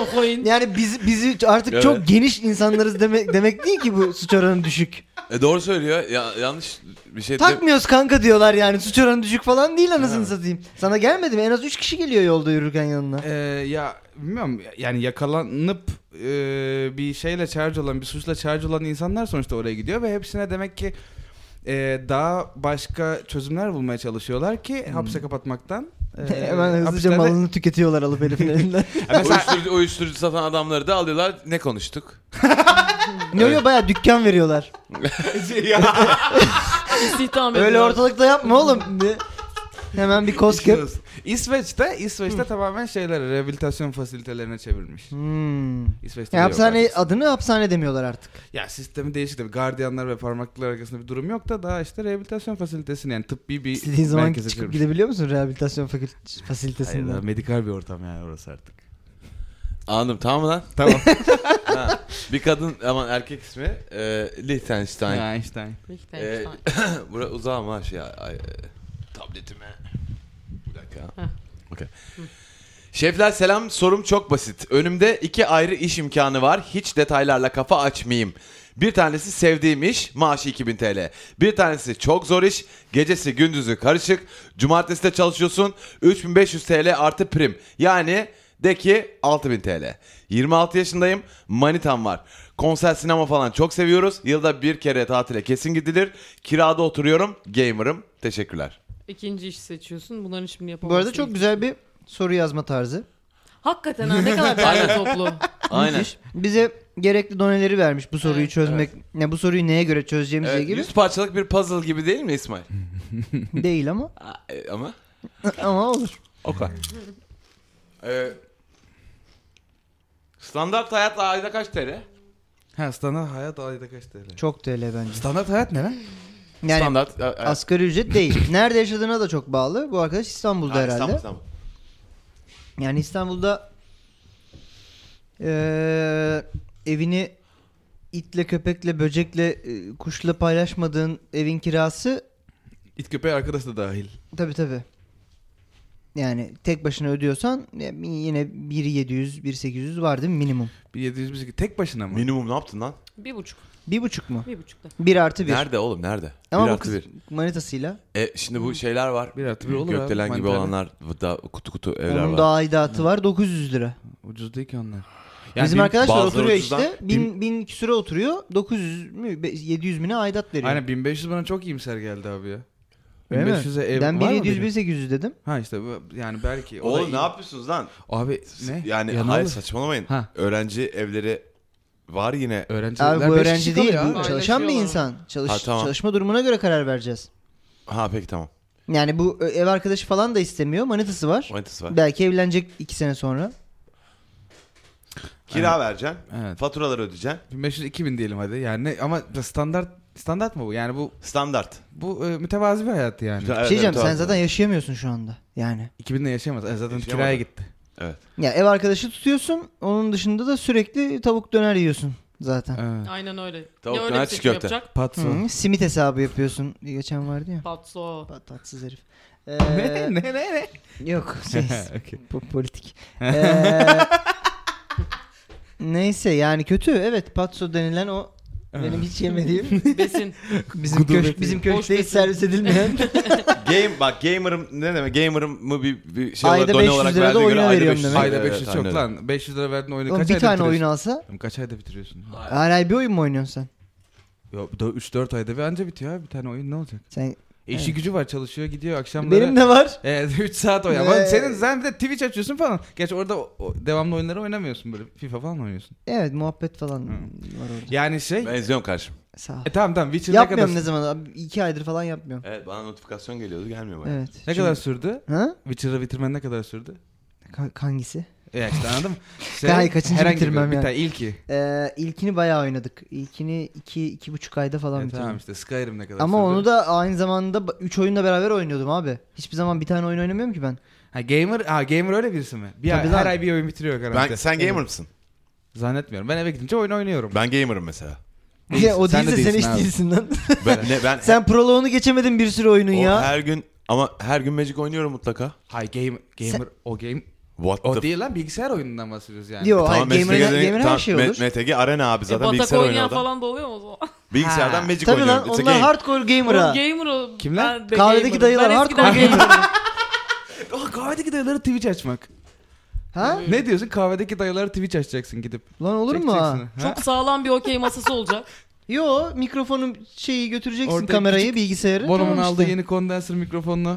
[SPEAKER 2] O coin.
[SPEAKER 3] Yani biz bizi artık çok
[SPEAKER 1] Evet.
[SPEAKER 3] geniş insanlarız demek demek değil ki bu suç oranı düşük.
[SPEAKER 1] E, doğru söylüyor. Ya, yanlış bir şey de-
[SPEAKER 3] Takmıyoruz kanka diyorlar yani suç oranı düşük falan değil anasını
[SPEAKER 4] Evet.
[SPEAKER 3] satayım. Sana gelmedi mi? En az 3 kişi geliyor yolda yürürken yanına.
[SPEAKER 4] Ee, ya bilmiyorum yani yakalanıp e, bir şeyle charge olan bir suçla charge olan insanlar sonuçta oraya gidiyor ve hepsine demek ki e, daha başka çözümler bulmaya çalışıyorlar
[SPEAKER 3] Hmm.
[SPEAKER 4] ki hapse kapatmaktan. e,
[SPEAKER 3] Hemen hızlıca
[SPEAKER 4] hapislerde-
[SPEAKER 3] malını tüketiyorlar alıp herifin elinden.
[SPEAKER 4] Ya mesela-
[SPEAKER 1] Uyuşturucu, E, uyuşturucu satan adamları da alıyorlar. Ne konuştuk?
[SPEAKER 3] yo yo baya dükkan veriyorlar.
[SPEAKER 2] İstihdam ediyor.
[SPEAKER 3] Öyle ortalıkta yapma oğlum. Hemen bir koskep.
[SPEAKER 4] Biliyorsun. İsveç'te İsveç'te tamamen şeyler rehabilitasyon fasilitelerine çevrilmiş.
[SPEAKER 3] Hmm.
[SPEAKER 4] İsveç'te
[SPEAKER 3] Ya
[SPEAKER 4] de yok
[SPEAKER 3] hapishane
[SPEAKER 4] artık.
[SPEAKER 3] adını hapishane demiyorlar artık.
[SPEAKER 4] Ya sistemi değişik tabii. Gardiyanlar ve parmaklıklar arasında bir durum yok da daha işte rehabilitasyon fasilitesini yani tıbbi bir
[SPEAKER 3] İstediğin zaman
[SPEAKER 4] merkeze
[SPEAKER 3] çıkıp
[SPEAKER 4] çevirmiş.
[SPEAKER 3] gidebiliyor musun rehabilitasyon fakül-
[SPEAKER 4] Hayır,
[SPEAKER 3] fasilitesinden?
[SPEAKER 4] daha medikal bir ortam yani orası artık.
[SPEAKER 1] Anladım tamam mı lan.
[SPEAKER 4] Tamam.
[SPEAKER 1] Ha. Bir kadın ama erkek ismi e, Liechtenstein.
[SPEAKER 4] Ya Einstein.
[SPEAKER 1] Ee,
[SPEAKER 2] Liechtenstein.
[SPEAKER 1] bura uzağa mı şey ya? Ay, e, tabletime. Bir dakika. Okey. Şefler selam sorum çok basit. Önümde iki ayrı iş imkanı var. Hiç detaylarla kafa açmayayım. Bir tanesi sevdiğim iş maaşı 2000 TL. Bir tanesi çok zor iş. Gecesi gündüzü karışık. Cumartesi de çalışıyorsun. 3500 TL artı prim. Yani de ki 6000 TL. 26 yaşındayım. Manitam var. Konser sinema falan çok seviyoruz. Yılda bir kere tatile kesin gidilir. Kirada oturuyorum. Gamer'ım. Teşekkürler.
[SPEAKER 2] İkinci iş seçiyorsun. Bunların şimdi
[SPEAKER 3] Bu
[SPEAKER 2] yapamazsın.
[SPEAKER 3] arada çok güzel bir soru yazma tarzı.
[SPEAKER 2] Hakikaten ha, ne kadar derli toplu.
[SPEAKER 1] Aynen.
[SPEAKER 3] Müthiş. Bize gerekli doneleri vermiş bu soruyu
[SPEAKER 2] Evet.
[SPEAKER 3] çözmek. Ne bu soruyu neye göre çözeceğimize
[SPEAKER 1] Evet,
[SPEAKER 3] gibi
[SPEAKER 1] 100 parçalık bir puzzle gibi değil mi İsmail?
[SPEAKER 3] değil ama
[SPEAKER 1] E, Ama
[SPEAKER 3] ama olur.
[SPEAKER 1] o kadar. E, standart hayat ayda kaç TL?
[SPEAKER 4] Ha standart hayat ayda kaç TL?
[SPEAKER 3] Çok TL bence.
[SPEAKER 4] Standart hayat ne lan?
[SPEAKER 3] Yani
[SPEAKER 1] standart. e, e,
[SPEAKER 3] asgari ücret değil. Nerede yaşadığına da çok bağlı. Bu arkadaş İstanbul'da
[SPEAKER 1] ha,
[SPEAKER 3] herhalde.
[SPEAKER 1] İstanbul, İstanbul.
[SPEAKER 3] Yani İstanbul'da eee, evini itle, köpekle, böcekle, e, kuşla paylaşmadığın evin kirası
[SPEAKER 4] İt köpeği arkadaş da dahil.
[SPEAKER 3] tabi tabi. Yani tek başına ödüyorsan e, yine 1.700, 1.800 var değil mi minimum?
[SPEAKER 4] 1700 bizi tek başına mı?
[SPEAKER 1] Minimum ne yaptın lan?
[SPEAKER 2] bir buçuk.
[SPEAKER 3] Bir buçuk mu?
[SPEAKER 2] Bir buçuk da.
[SPEAKER 3] 1 artı 1.
[SPEAKER 1] Nerede oğlum nerede?
[SPEAKER 3] Ama
[SPEAKER 1] bir
[SPEAKER 3] bu
[SPEAKER 1] artı
[SPEAKER 3] kız
[SPEAKER 1] bir.
[SPEAKER 3] manitasıyla.
[SPEAKER 1] E, şimdi bu şeyler var.
[SPEAKER 4] Bir artı bir olur abi,
[SPEAKER 1] Gökdelen gibi
[SPEAKER 4] mantarlı.
[SPEAKER 1] olanlar da kutu kutu evler
[SPEAKER 3] Onun
[SPEAKER 1] var.
[SPEAKER 3] da aidatı var 900 lira.
[SPEAKER 4] Ucuz değil ki onlar.
[SPEAKER 3] Bizim arkadaşlar
[SPEAKER 1] bazıları
[SPEAKER 3] oturuyor
[SPEAKER 1] ucuzdan-
[SPEAKER 3] işte. 1000 bin küsüre oturuyor. 900 mü be- 700 bine aidat veriyor.
[SPEAKER 4] Aynen 1500 bana çok iyimser geldi abi ya.
[SPEAKER 3] Öyle mi?
[SPEAKER 4] 1500'e ev
[SPEAKER 3] ben
[SPEAKER 4] var mı
[SPEAKER 3] 1700
[SPEAKER 4] benim?
[SPEAKER 3] 1800 dedim.
[SPEAKER 4] Ha işte bu- yani belki. o da
[SPEAKER 1] Oğlum
[SPEAKER 4] iyi.
[SPEAKER 1] ne yapıyorsunuz lan?
[SPEAKER 4] Abi ne?
[SPEAKER 1] Yani
[SPEAKER 4] E, Ya ne
[SPEAKER 1] hayır
[SPEAKER 4] olur?
[SPEAKER 1] saçmalamayın.
[SPEAKER 4] Ha.
[SPEAKER 1] Öğrenci evleri var yine.
[SPEAKER 4] Öğrenciler
[SPEAKER 3] Abi bu
[SPEAKER 4] beş
[SPEAKER 3] öğrenci
[SPEAKER 4] kişi
[SPEAKER 3] değil
[SPEAKER 4] kalıyor
[SPEAKER 3] bu
[SPEAKER 4] abi.
[SPEAKER 2] Aynen.
[SPEAKER 3] çalışan bir
[SPEAKER 2] Paylaşıyorlar.
[SPEAKER 3] insan. Çalış,
[SPEAKER 1] Ha, tamam.
[SPEAKER 3] Çalışma durumuna göre karar vereceğiz.
[SPEAKER 1] Ha peki tamam.
[SPEAKER 3] Yani bu e, ev arkadaşı falan da istemiyor. Manitası var.
[SPEAKER 1] Manitası var.
[SPEAKER 3] Belki evlenecek iki sene sonra. şey
[SPEAKER 1] Kira vereceksin.
[SPEAKER 4] Evet.
[SPEAKER 1] Faturaları ödeyeceksin.
[SPEAKER 4] 1500 2000 diyelim hadi. Yani ne- ama standart standart mı bu? Yani bu
[SPEAKER 1] Standart.
[SPEAKER 4] bu e, mütevazi bir hayat yani.
[SPEAKER 1] Evet,
[SPEAKER 3] şey diyeceğim
[SPEAKER 1] evet,
[SPEAKER 3] sen
[SPEAKER 1] evet.
[SPEAKER 3] zaten yaşayamıyorsun şu anda. Yani.
[SPEAKER 4] 2000'le yaşayamaz. E, zaten
[SPEAKER 1] Yaşayamadı.
[SPEAKER 4] kiraya gitti.
[SPEAKER 1] Evet.
[SPEAKER 3] Ya ev arkadaşı tutuyorsun. Onun dışında da sürekli tavuk döner yiyorsun zaten.
[SPEAKER 4] Evet.
[SPEAKER 2] Aynen öyle.
[SPEAKER 1] Tavuk
[SPEAKER 2] ya öyle
[SPEAKER 1] döner,
[SPEAKER 2] bir
[SPEAKER 1] çiğ
[SPEAKER 2] seçim
[SPEAKER 1] köfte.
[SPEAKER 2] yapacak.
[SPEAKER 4] Patso.
[SPEAKER 3] Hı, simit hesabı yapıyorsun. Geçen vardı ya.
[SPEAKER 2] Patso.
[SPEAKER 3] Pat- Tatsız herif. Ee,
[SPEAKER 4] Ne ne ne ne?
[SPEAKER 3] Yok şey
[SPEAKER 4] Okey.
[SPEAKER 3] po- politik. Ee, neyse yani kötü evet patso denilen o benim hiç yemediğim
[SPEAKER 2] Besin.
[SPEAKER 3] bizim köşk
[SPEAKER 4] Gudubeti.
[SPEAKER 3] bizim
[SPEAKER 2] Boş
[SPEAKER 3] köşkte hiç
[SPEAKER 2] besin.
[SPEAKER 3] servis edilmeyen
[SPEAKER 1] Game bak gamer'ım ne demek gamer'ım mı bir, bir şey
[SPEAKER 3] Ayda
[SPEAKER 1] olarak done
[SPEAKER 3] 500
[SPEAKER 1] olarak
[SPEAKER 3] lira da
[SPEAKER 1] verdiğine göre
[SPEAKER 3] oyuna veriyorum demek.
[SPEAKER 4] Ayda
[SPEAKER 1] Evet,
[SPEAKER 4] 500
[SPEAKER 1] aynen
[SPEAKER 4] çok
[SPEAKER 1] öyle.
[SPEAKER 4] lan. 500 lira verdiğin oyunu
[SPEAKER 3] Oğlum
[SPEAKER 4] kaç
[SPEAKER 3] bir
[SPEAKER 4] ayda
[SPEAKER 3] tane oyun
[SPEAKER 4] bitiriyorsun?
[SPEAKER 3] alsa
[SPEAKER 4] Oğlum Kaç ayda bitiriyorsun?
[SPEAKER 3] hala bir oyun mu oynuyorsun sen?
[SPEAKER 4] Yok 3-4 ayda bir anca bitiyor abi. Bir tane oyun ne olacak?
[SPEAKER 3] Sen
[SPEAKER 4] İşi
[SPEAKER 3] Evet.
[SPEAKER 4] gücü var çalışıyor gidiyor akşamları.
[SPEAKER 3] benim de var.
[SPEAKER 4] Evet 3 saat oynuyor.
[SPEAKER 3] Ee,
[SPEAKER 4] Ama senin sen bir de Twitch açıyorsun falan. Gerçi orada o- o devamlı oyunları oynamıyorsun böyle. FIFA falan oynuyorsun.
[SPEAKER 3] Evet muhabbet falan
[SPEAKER 4] Hı.
[SPEAKER 3] var orada.
[SPEAKER 4] Yani şey.
[SPEAKER 1] Benziyorum karşım.
[SPEAKER 3] Sağ ol.
[SPEAKER 4] E, tamam tamam Witcher ne kadar,
[SPEAKER 3] Yapmıyorum ne zaman abi, iki aydır falan yapmıyorum.
[SPEAKER 1] Evet bana notifikasyon geliyordu gelmiyor bana.
[SPEAKER 3] Evet.
[SPEAKER 4] ne
[SPEAKER 3] Şimdi-
[SPEAKER 4] kadar sürdü?
[SPEAKER 3] Ha?
[SPEAKER 4] Witcher'ı bitirmen ne kadar sürdü?
[SPEAKER 3] Ka- hangisi?
[SPEAKER 4] E işte anladın mı?
[SPEAKER 3] Hayır, kaçıncı
[SPEAKER 4] herhangi bir-
[SPEAKER 3] bitirmem
[SPEAKER 4] bir
[SPEAKER 3] yani?
[SPEAKER 4] tane ilki.
[SPEAKER 3] Ee, ilkini bayağı oynadık. İlkini iki, iki buçuk ayda falan
[SPEAKER 4] E,
[SPEAKER 3] bitirdim.
[SPEAKER 4] tamam işte Skyrim ne kadar
[SPEAKER 3] Ama
[SPEAKER 4] sürdü?
[SPEAKER 3] onu da aynı zamanda 3 oyunla beraber oynuyordum abi. Hiçbir zaman bir tane oyun oynamıyorum ki ben.
[SPEAKER 4] Ha gamer, ha gamer öyle birisi mi? Bir
[SPEAKER 3] Tabii
[SPEAKER 4] ay,
[SPEAKER 3] lan.
[SPEAKER 4] her ay bir oyun bitiriyor garanti.
[SPEAKER 1] Ben, sen gamer mısın?
[SPEAKER 4] Zannetmiyorum. Ben eve gidince oyun oynuyorum.
[SPEAKER 1] Ben gamer'ım mesela.
[SPEAKER 4] Değilsin.
[SPEAKER 3] o
[SPEAKER 4] Sen de
[SPEAKER 3] değilse sen
[SPEAKER 4] değilsin
[SPEAKER 3] hiç
[SPEAKER 4] abi.
[SPEAKER 3] değilsin lan.
[SPEAKER 1] Ben, ne, ben
[SPEAKER 3] sen proloğunu geçemedin bir sürü oyunun
[SPEAKER 1] o
[SPEAKER 3] ya.
[SPEAKER 1] her gün ama her gün Magic oynuyorum mutlaka.
[SPEAKER 4] Hay game, gamer, o game.
[SPEAKER 1] What
[SPEAKER 4] O
[SPEAKER 1] the
[SPEAKER 4] değil lan bilgisayar oyunundan bahsediyoruz yani.
[SPEAKER 3] Yo
[SPEAKER 1] Tamam, Magic
[SPEAKER 3] hayır, gamer,
[SPEAKER 1] Magazine'in-
[SPEAKER 3] gamer her
[SPEAKER 1] tamam,
[SPEAKER 3] şey
[SPEAKER 1] Me-
[SPEAKER 3] olur.
[SPEAKER 1] MTG arena abi
[SPEAKER 2] E,
[SPEAKER 1] zaten
[SPEAKER 2] batak
[SPEAKER 1] bilgisayar oynuyor
[SPEAKER 2] oynayan
[SPEAKER 1] adam.
[SPEAKER 2] falan da oluyor mu o zaman?
[SPEAKER 1] Bilgisayardan
[SPEAKER 4] Ha.
[SPEAKER 1] Magic
[SPEAKER 3] Tabii
[SPEAKER 1] oynuyorum.
[SPEAKER 3] lan
[SPEAKER 1] It's a
[SPEAKER 3] onlar
[SPEAKER 1] game.
[SPEAKER 3] hardcore gamer'a.
[SPEAKER 2] O gamer o.
[SPEAKER 4] Kimler?
[SPEAKER 2] Ben de
[SPEAKER 3] Kahvedeki
[SPEAKER 2] gamer'ım.
[SPEAKER 3] dayılar
[SPEAKER 2] Ben
[SPEAKER 3] hardcore
[SPEAKER 2] eskiden
[SPEAKER 3] gamer.
[SPEAKER 2] gamer'ım.
[SPEAKER 4] Aa, Ah, kahvedeki dayıları Twitch açmak.
[SPEAKER 3] ha?
[SPEAKER 4] Ne diyorsun kahvedeki dayıları Twitch açacaksın gidip.
[SPEAKER 3] Lan olur mu ha?
[SPEAKER 4] Çekeceksin. Ha?
[SPEAKER 2] Çok sağlam bir okey masası olacak.
[SPEAKER 3] Yo mikrofonu şeyi götüreceksin
[SPEAKER 4] Orada
[SPEAKER 3] kamerayı
[SPEAKER 4] küçük
[SPEAKER 3] bilgisayarı.
[SPEAKER 4] Bonum'un
[SPEAKER 3] tamam
[SPEAKER 4] aldığı
[SPEAKER 3] işte.
[SPEAKER 4] yeni kondenser mikrofonunu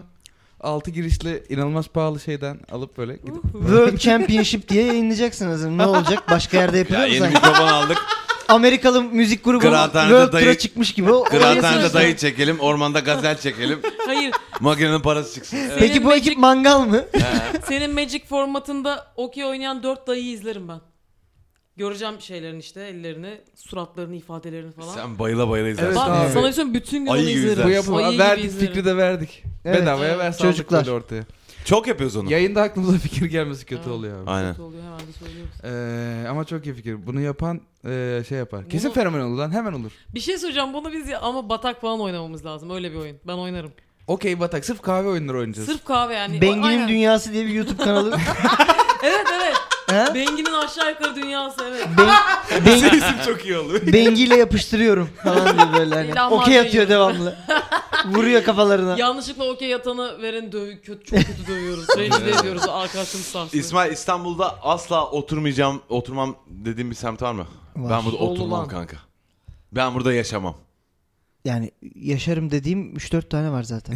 [SPEAKER 4] altı girişli inanılmaz pahalı şeyden alıp böyle gidip.
[SPEAKER 3] World Championship diye yayınlayacaksın azım. Ne olacak? Başka yerde
[SPEAKER 1] Ya
[SPEAKER 3] yapılıyor mu
[SPEAKER 1] yeni
[SPEAKER 3] sanki?
[SPEAKER 1] mikrofon aldık.
[SPEAKER 3] Amerikalı müzik grubu
[SPEAKER 1] Kıraathanede
[SPEAKER 3] World
[SPEAKER 1] dayı-
[SPEAKER 3] Tour'a çıkmış gibi. o-
[SPEAKER 1] Kıraathanede
[SPEAKER 2] Orası-
[SPEAKER 1] dayı çekelim. Ormanda gazel çekelim.
[SPEAKER 2] Hayır.
[SPEAKER 1] Makinenin parası çıksın. Evet.
[SPEAKER 3] Peki bu ekip mangal mı?
[SPEAKER 2] Senin Magic formatında okey oynayan dört dayıyı izlerim ben. Göreceğim şeylerin işte ellerini, suratlarını, ifadelerini falan.
[SPEAKER 1] Sen bayıla bayıla izlersin.
[SPEAKER 4] Evet
[SPEAKER 2] Bak,
[SPEAKER 4] abi.
[SPEAKER 2] sana şey söyleyeyim bütün gün
[SPEAKER 1] Ayı
[SPEAKER 2] onu
[SPEAKER 1] gibi
[SPEAKER 2] izlerim.
[SPEAKER 1] izlersin.
[SPEAKER 4] Bu
[SPEAKER 1] Ders.
[SPEAKER 4] yapım
[SPEAKER 2] Ayı gibi
[SPEAKER 4] verdik
[SPEAKER 2] izlerim.
[SPEAKER 4] fikri de verdik.
[SPEAKER 3] Evet.
[SPEAKER 4] Bedavaya
[SPEAKER 2] Evet.
[SPEAKER 4] ver saldık
[SPEAKER 3] Çocuklar.
[SPEAKER 4] böyle ortaya.
[SPEAKER 1] Çok yapıyoruz onu.
[SPEAKER 4] Yayında aklımıza fikir gelmesi kötü
[SPEAKER 2] Ha.
[SPEAKER 4] oluyor abi.
[SPEAKER 1] Aynen.
[SPEAKER 2] Kötü oluyor, hemen de söylüyorum.
[SPEAKER 4] Ee, ama çok iyi fikir. Bunu yapan ee, şey yapar. Kesin
[SPEAKER 2] Bunu-
[SPEAKER 4] fenomen olur lan hemen olur.
[SPEAKER 2] Bir şey söyleyeceğim bunu biz ya- ama batak falan oynamamız lazım öyle bir oyun. Ben oynarım.
[SPEAKER 4] Okey Batak sırf kahve oyunları oynayacağız.
[SPEAKER 2] Sırf kahve yani. O-
[SPEAKER 3] Bengi'nin
[SPEAKER 2] aynen.
[SPEAKER 3] Dünyası diye bir YouTube kanalı.
[SPEAKER 2] Evet evet.
[SPEAKER 3] Ha?
[SPEAKER 2] Bengi'nin aşağı yukarı dünyası evet.
[SPEAKER 3] Ben, ben,
[SPEAKER 1] çok iyi oldu.
[SPEAKER 3] bengiyle yapıştırıyorum falan diye böyle hani.
[SPEAKER 2] Lahmacun
[SPEAKER 3] Okey atıyor
[SPEAKER 2] yiyor.
[SPEAKER 3] devamlı. Vuruyor kafalarına.
[SPEAKER 2] Yanlışlıkla okey yatanı verin döv kötü çok kötü dövüyoruz. Rencide ediyoruz arkadaşımız sarsın.
[SPEAKER 1] İsmail İstanbul'da asla oturmayacağım, oturmam dediğim bir semt var mı?
[SPEAKER 3] Var.
[SPEAKER 1] Ben burada
[SPEAKER 2] Oldu
[SPEAKER 1] oturmam
[SPEAKER 2] lan.
[SPEAKER 1] kanka. Ben burada yaşamam.
[SPEAKER 3] Yani yaşarım dediğim 3-4 tane var zaten.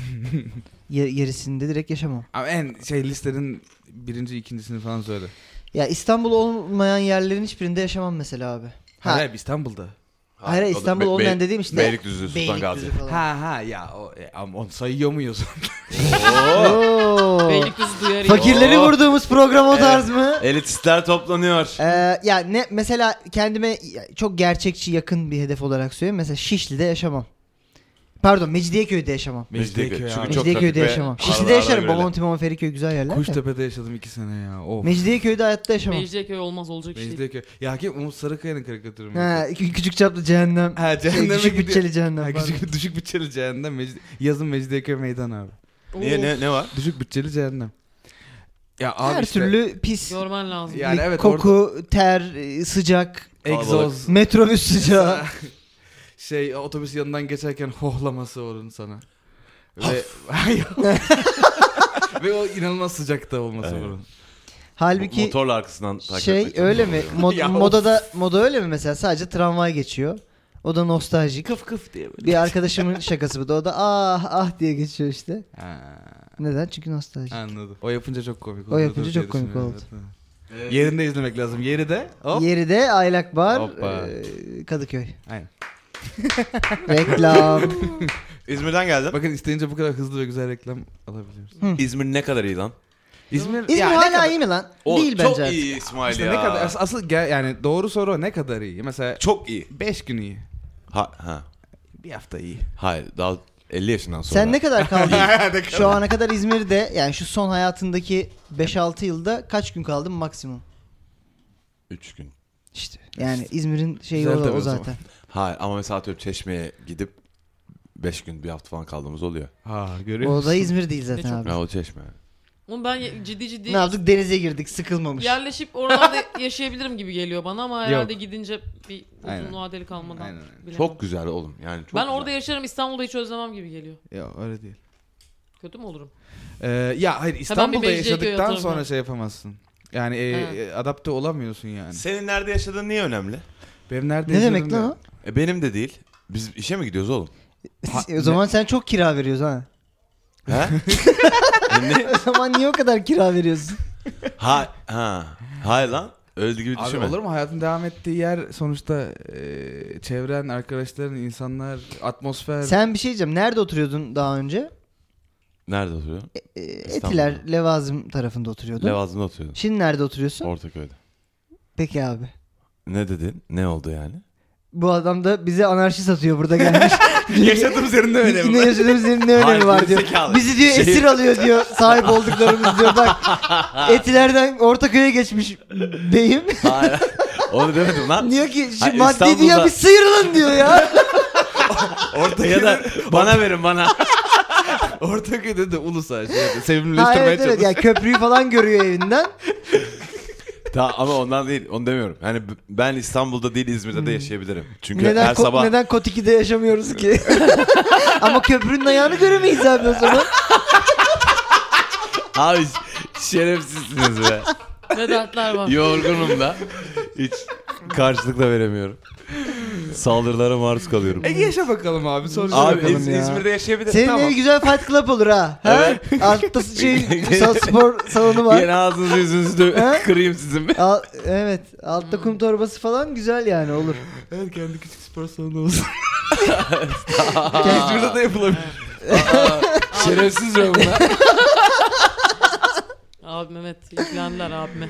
[SPEAKER 3] Ye- Yerisinde direkt yaşamam.
[SPEAKER 4] Ama en şey listenin birinci ikincisini falan söyle.
[SPEAKER 3] Ya İstanbul olmayan yerlerin hiçbirinde yaşamam mesela abi. Ha.
[SPEAKER 4] Hayır İstanbul'da.
[SPEAKER 3] Hayır,
[SPEAKER 1] o da
[SPEAKER 3] İstanbul
[SPEAKER 1] Be-
[SPEAKER 3] olmayan
[SPEAKER 1] Be-
[SPEAKER 3] dediğim işte.
[SPEAKER 1] Beylikdüzü, Sultan Gazi.
[SPEAKER 3] Beylikdüzü falan.
[SPEAKER 4] Ha ha ya o, e, ama onu sayıyor muyuz?
[SPEAKER 3] Oo.
[SPEAKER 2] Beylikdüzü duyarıyor.
[SPEAKER 3] Fakirleri
[SPEAKER 1] Oo.
[SPEAKER 3] vurduğumuz program o tarz mı?
[SPEAKER 1] Elitistler toplanıyor.
[SPEAKER 3] Ee, ya ne mesela kendime çok gerçekçi yakın bir hedef olarak söyleyeyim. Mesela Şişli'de yaşamam. Pardon Mecidiyeköy'de yaşamam.
[SPEAKER 1] Mecidiyeköy
[SPEAKER 4] Mecidiyeköy
[SPEAKER 1] abi. Çok
[SPEAKER 3] Mecidiyeköy'de
[SPEAKER 1] trafik ve
[SPEAKER 3] yaşamam.
[SPEAKER 1] arada
[SPEAKER 3] Şişli'de
[SPEAKER 1] arada
[SPEAKER 3] yaşarım.
[SPEAKER 1] görelim.
[SPEAKER 3] Babam Timon Feriköy güzel yerler. de.
[SPEAKER 4] Kuştepe'de yaşadım iki sene ya. Of.
[SPEAKER 3] Mecidiyeköy'de hayatta yaşamam.
[SPEAKER 2] Mecidiyeköy olmaz olacak iş değil.
[SPEAKER 4] Mecidiyeköy. Ya kim Umut Sarıkaya'nın karikatürü mü?
[SPEAKER 3] Ha, kü- küçük çaplı cehennem. Şey,
[SPEAKER 4] Ha cehenneme
[SPEAKER 3] Küçük
[SPEAKER 4] gidiyor.
[SPEAKER 3] bütçeli cehennem,
[SPEAKER 4] Ha,
[SPEAKER 3] pardon.
[SPEAKER 4] küçük, düşük bütçeli cehennem. Mecid- Yazın Mecidiyeköy meydan abi.
[SPEAKER 1] Niye ne, ne var?
[SPEAKER 4] Düşük bütçeli cehennem. Ya abi
[SPEAKER 3] Her
[SPEAKER 4] işte,
[SPEAKER 3] türlü pis.
[SPEAKER 2] Görmen lazım.
[SPEAKER 4] Yani evet orada
[SPEAKER 3] koku, ter, e, sıcak,
[SPEAKER 4] egzoz
[SPEAKER 3] metrobüs sıcağı.
[SPEAKER 4] şey otobüs yanından geçerken hohlaması onun sana. Ve, Ve o inanılmaz sıcakta olması
[SPEAKER 1] Evet.
[SPEAKER 4] bunun.
[SPEAKER 3] Halbuki
[SPEAKER 1] Motorla arkasından takip
[SPEAKER 3] şey
[SPEAKER 1] etmek çok
[SPEAKER 3] öyle
[SPEAKER 1] zor
[SPEAKER 3] mi?
[SPEAKER 1] oluyor.
[SPEAKER 3] Mod-
[SPEAKER 4] Ya of.
[SPEAKER 3] modada moda öyle mi mesela? Sadece tramvay geçiyor. O da nostaljik.
[SPEAKER 4] Kıf kıf diye böyle.
[SPEAKER 3] Bir arkadaşımın şakası bu da. O da ah ah diye geçiyor işte.
[SPEAKER 4] Ha,
[SPEAKER 3] Neden? Çünkü nostaljik.
[SPEAKER 4] anladım. O yapınca çok komik oldu.
[SPEAKER 3] yapınca çok komik oldu.
[SPEAKER 4] Yerinde izlemek lazım. Yeri de hop.
[SPEAKER 3] Yeri de Aylak Bar,
[SPEAKER 4] Hoppa.
[SPEAKER 3] e, Kadıköy.
[SPEAKER 4] Aynen.
[SPEAKER 3] Reklam.
[SPEAKER 1] İzmir'den geldim.
[SPEAKER 4] Bakın isteyince bu kadar hızlı ve güzel reklam alabiliyoruz.
[SPEAKER 1] İzmir ne kadar iyi lan?
[SPEAKER 4] İzmir,
[SPEAKER 3] İzmir
[SPEAKER 4] ya ne
[SPEAKER 3] hala
[SPEAKER 4] kadar-
[SPEAKER 3] iyi mi lan?
[SPEAKER 1] O
[SPEAKER 3] Değil
[SPEAKER 1] çok
[SPEAKER 3] bence.
[SPEAKER 1] iyi İsmail
[SPEAKER 4] İşte
[SPEAKER 1] ya.
[SPEAKER 4] ne kadar as- asıl gel, yani doğru soru o, ne kadar iyi? Mesela
[SPEAKER 1] Çok iyi.
[SPEAKER 4] 5 gün iyi.
[SPEAKER 1] Ha, ha.
[SPEAKER 4] Bir hafta iyi.
[SPEAKER 1] Hayır daha 50 yaşından sonra.
[SPEAKER 3] Sen ne kadar kaldın?
[SPEAKER 4] Ne
[SPEAKER 3] şu ana kadar İzmir'de yani şu son hayatındaki 5-6 yılda kaç gün kaldın maksimum?
[SPEAKER 1] 3 gün.
[SPEAKER 3] İşte yani İzmir'in şeyi
[SPEAKER 4] Güzel
[SPEAKER 3] o,
[SPEAKER 4] tabii
[SPEAKER 3] o
[SPEAKER 4] o zaman.
[SPEAKER 3] zaten.
[SPEAKER 1] Hayır ama mesela atıyorum Çeşme'ye gidip 5 gün bir hafta falan kaldığımız oluyor.
[SPEAKER 4] Ha görüyor
[SPEAKER 3] O
[SPEAKER 4] musun?
[SPEAKER 3] da İzmir değil
[SPEAKER 2] Ne
[SPEAKER 3] zaten
[SPEAKER 2] çok
[SPEAKER 3] abi.
[SPEAKER 1] Ne o Çeşme?
[SPEAKER 2] Oğlum ben ye- ciddi ciddi
[SPEAKER 3] Ne yaptık denize girdik sıkılmamış.
[SPEAKER 2] yerleşip oralarda yaşayabilirim gibi geliyor bana ama herhalde gidince bir uzun
[SPEAKER 4] Aynen.
[SPEAKER 2] vadeli kalmadan
[SPEAKER 4] Aynen, aynen.
[SPEAKER 2] bilemem.
[SPEAKER 1] Çok güzel oğlum yani çok
[SPEAKER 2] ben
[SPEAKER 1] güzel.
[SPEAKER 2] orada yaşarım İstanbul'da hiç özlemem gibi geliyor.
[SPEAKER 4] Yok öyle değil.
[SPEAKER 2] Kötü mü olurum?
[SPEAKER 4] Ee, ya hayır İstanbul'da
[SPEAKER 2] Mecidiyeköy'e
[SPEAKER 4] yaşadıktan
[SPEAKER 2] atarım
[SPEAKER 4] sonra
[SPEAKER 2] ben.
[SPEAKER 4] şey yapamazsın. Yani e,
[SPEAKER 2] Ha.
[SPEAKER 4] e, adapte olamıyorsun yani.
[SPEAKER 1] Senin nerede yaşadığın niye önemli?
[SPEAKER 4] Benim nerede
[SPEAKER 3] Ne demek
[SPEAKER 4] yaşadığım
[SPEAKER 3] lan
[SPEAKER 4] da-
[SPEAKER 3] o?
[SPEAKER 1] E benim de değil. Biz işe mi gidiyoruz oğlum?
[SPEAKER 3] o zaman sen çok kira veriyorsun ha.
[SPEAKER 1] He?
[SPEAKER 3] o zaman niye o kadar kira veriyorsun?
[SPEAKER 1] ha ha. Hayır lan. Öyle gibi
[SPEAKER 4] Abi
[SPEAKER 1] düşünme.
[SPEAKER 4] olur mu? Hayatın devam ettiği yer sonuçta e, çevren, arkadaşların, insanlar, atmosfer.
[SPEAKER 3] Sen bir şey diyeceğim. Nerede oturuyordun daha önce?
[SPEAKER 1] Nerede oturuyor?
[SPEAKER 3] E,
[SPEAKER 1] İstanbul'da.
[SPEAKER 3] Etiler, Levazım tarafında oturuyordun.
[SPEAKER 1] Levazım'da oturuyordum.
[SPEAKER 3] Şimdi nerede oturuyorsun?
[SPEAKER 1] Ortaköy'de.
[SPEAKER 3] Peki abi.
[SPEAKER 1] Ne dedin? Ne oldu yani?
[SPEAKER 3] Bu adam da bize anarşi satıyor burada gelmiş.
[SPEAKER 4] Yaşadığımız yerinde öyle
[SPEAKER 3] Yine yaşadığımız yerin ne önemi
[SPEAKER 1] Hayır,
[SPEAKER 3] var diyor.
[SPEAKER 1] gerizekalı.
[SPEAKER 3] Bizi diyor
[SPEAKER 1] Şey-
[SPEAKER 3] esir alıyor diyor. Sahip olduklarımız diyor. Bak etilerden Ortaköy'e geçmiş beyim.
[SPEAKER 1] Hayır. Onu demedim lan.
[SPEAKER 3] diyor ki şu
[SPEAKER 1] Hayır,
[SPEAKER 3] maddi
[SPEAKER 1] İstanbul'da-
[SPEAKER 3] dünya bir sıyrılın diyor ya.
[SPEAKER 1] Ortaya da bana verin bana.
[SPEAKER 4] Ortaköy'de de Ulusal şey yapıyor,
[SPEAKER 3] ha,
[SPEAKER 4] Sevimlileştirmeye
[SPEAKER 3] evet evet
[SPEAKER 4] çalışıyor.
[SPEAKER 3] yani köprüyü falan görüyor evinden.
[SPEAKER 1] Ta, ama ondan değil. Onu demiyorum. Yani b- ben İstanbul'da değil İzmir'de de yaşayabilirim. Çünkü
[SPEAKER 3] Hmm. neden
[SPEAKER 1] her
[SPEAKER 3] ko-
[SPEAKER 1] sabah
[SPEAKER 3] neden Kot 2'de yaşamıyoruz ki? Ama köprünün ayağını göremeyiz abi o zaman.
[SPEAKER 1] abi şerefsizsiniz be.
[SPEAKER 2] Ne dertler var.
[SPEAKER 1] Yorgunum da. Hiç karşılık da veremiyorum. Saldırılara maruz kalıyorum.
[SPEAKER 4] E yaşa bakalım abi. Sonra
[SPEAKER 1] Abi
[SPEAKER 4] bakalım
[SPEAKER 1] İz-
[SPEAKER 4] ya.
[SPEAKER 1] İzmir'de yaşayabilirim.
[SPEAKER 3] Senin
[SPEAKER 1] tamam.
[SPEAKER 3] evi güzel Fight Club olur ha. ha? Altta şey sa- spor salonu var.
[SPEAKER 1] Yine ağzınızı yüzünüzü de
[SPEAKER 3] Ha?
[SPEAKER 1] kırayım sizin. be.
[SPEAKER 3] Al- evet altta kum torbası falan güzel yani olur.
[SPEAKER 4] Evet kendi küçük spor salonu olsun.
[SPEAKER 3] Kendi-
[SPEAKER 4] İzmir'de de yapılabilir.
[SPEAKER 1] Şerefsiz be bunlar.
[SPEAKER 2] Abi Mehmet yüklendiler abime.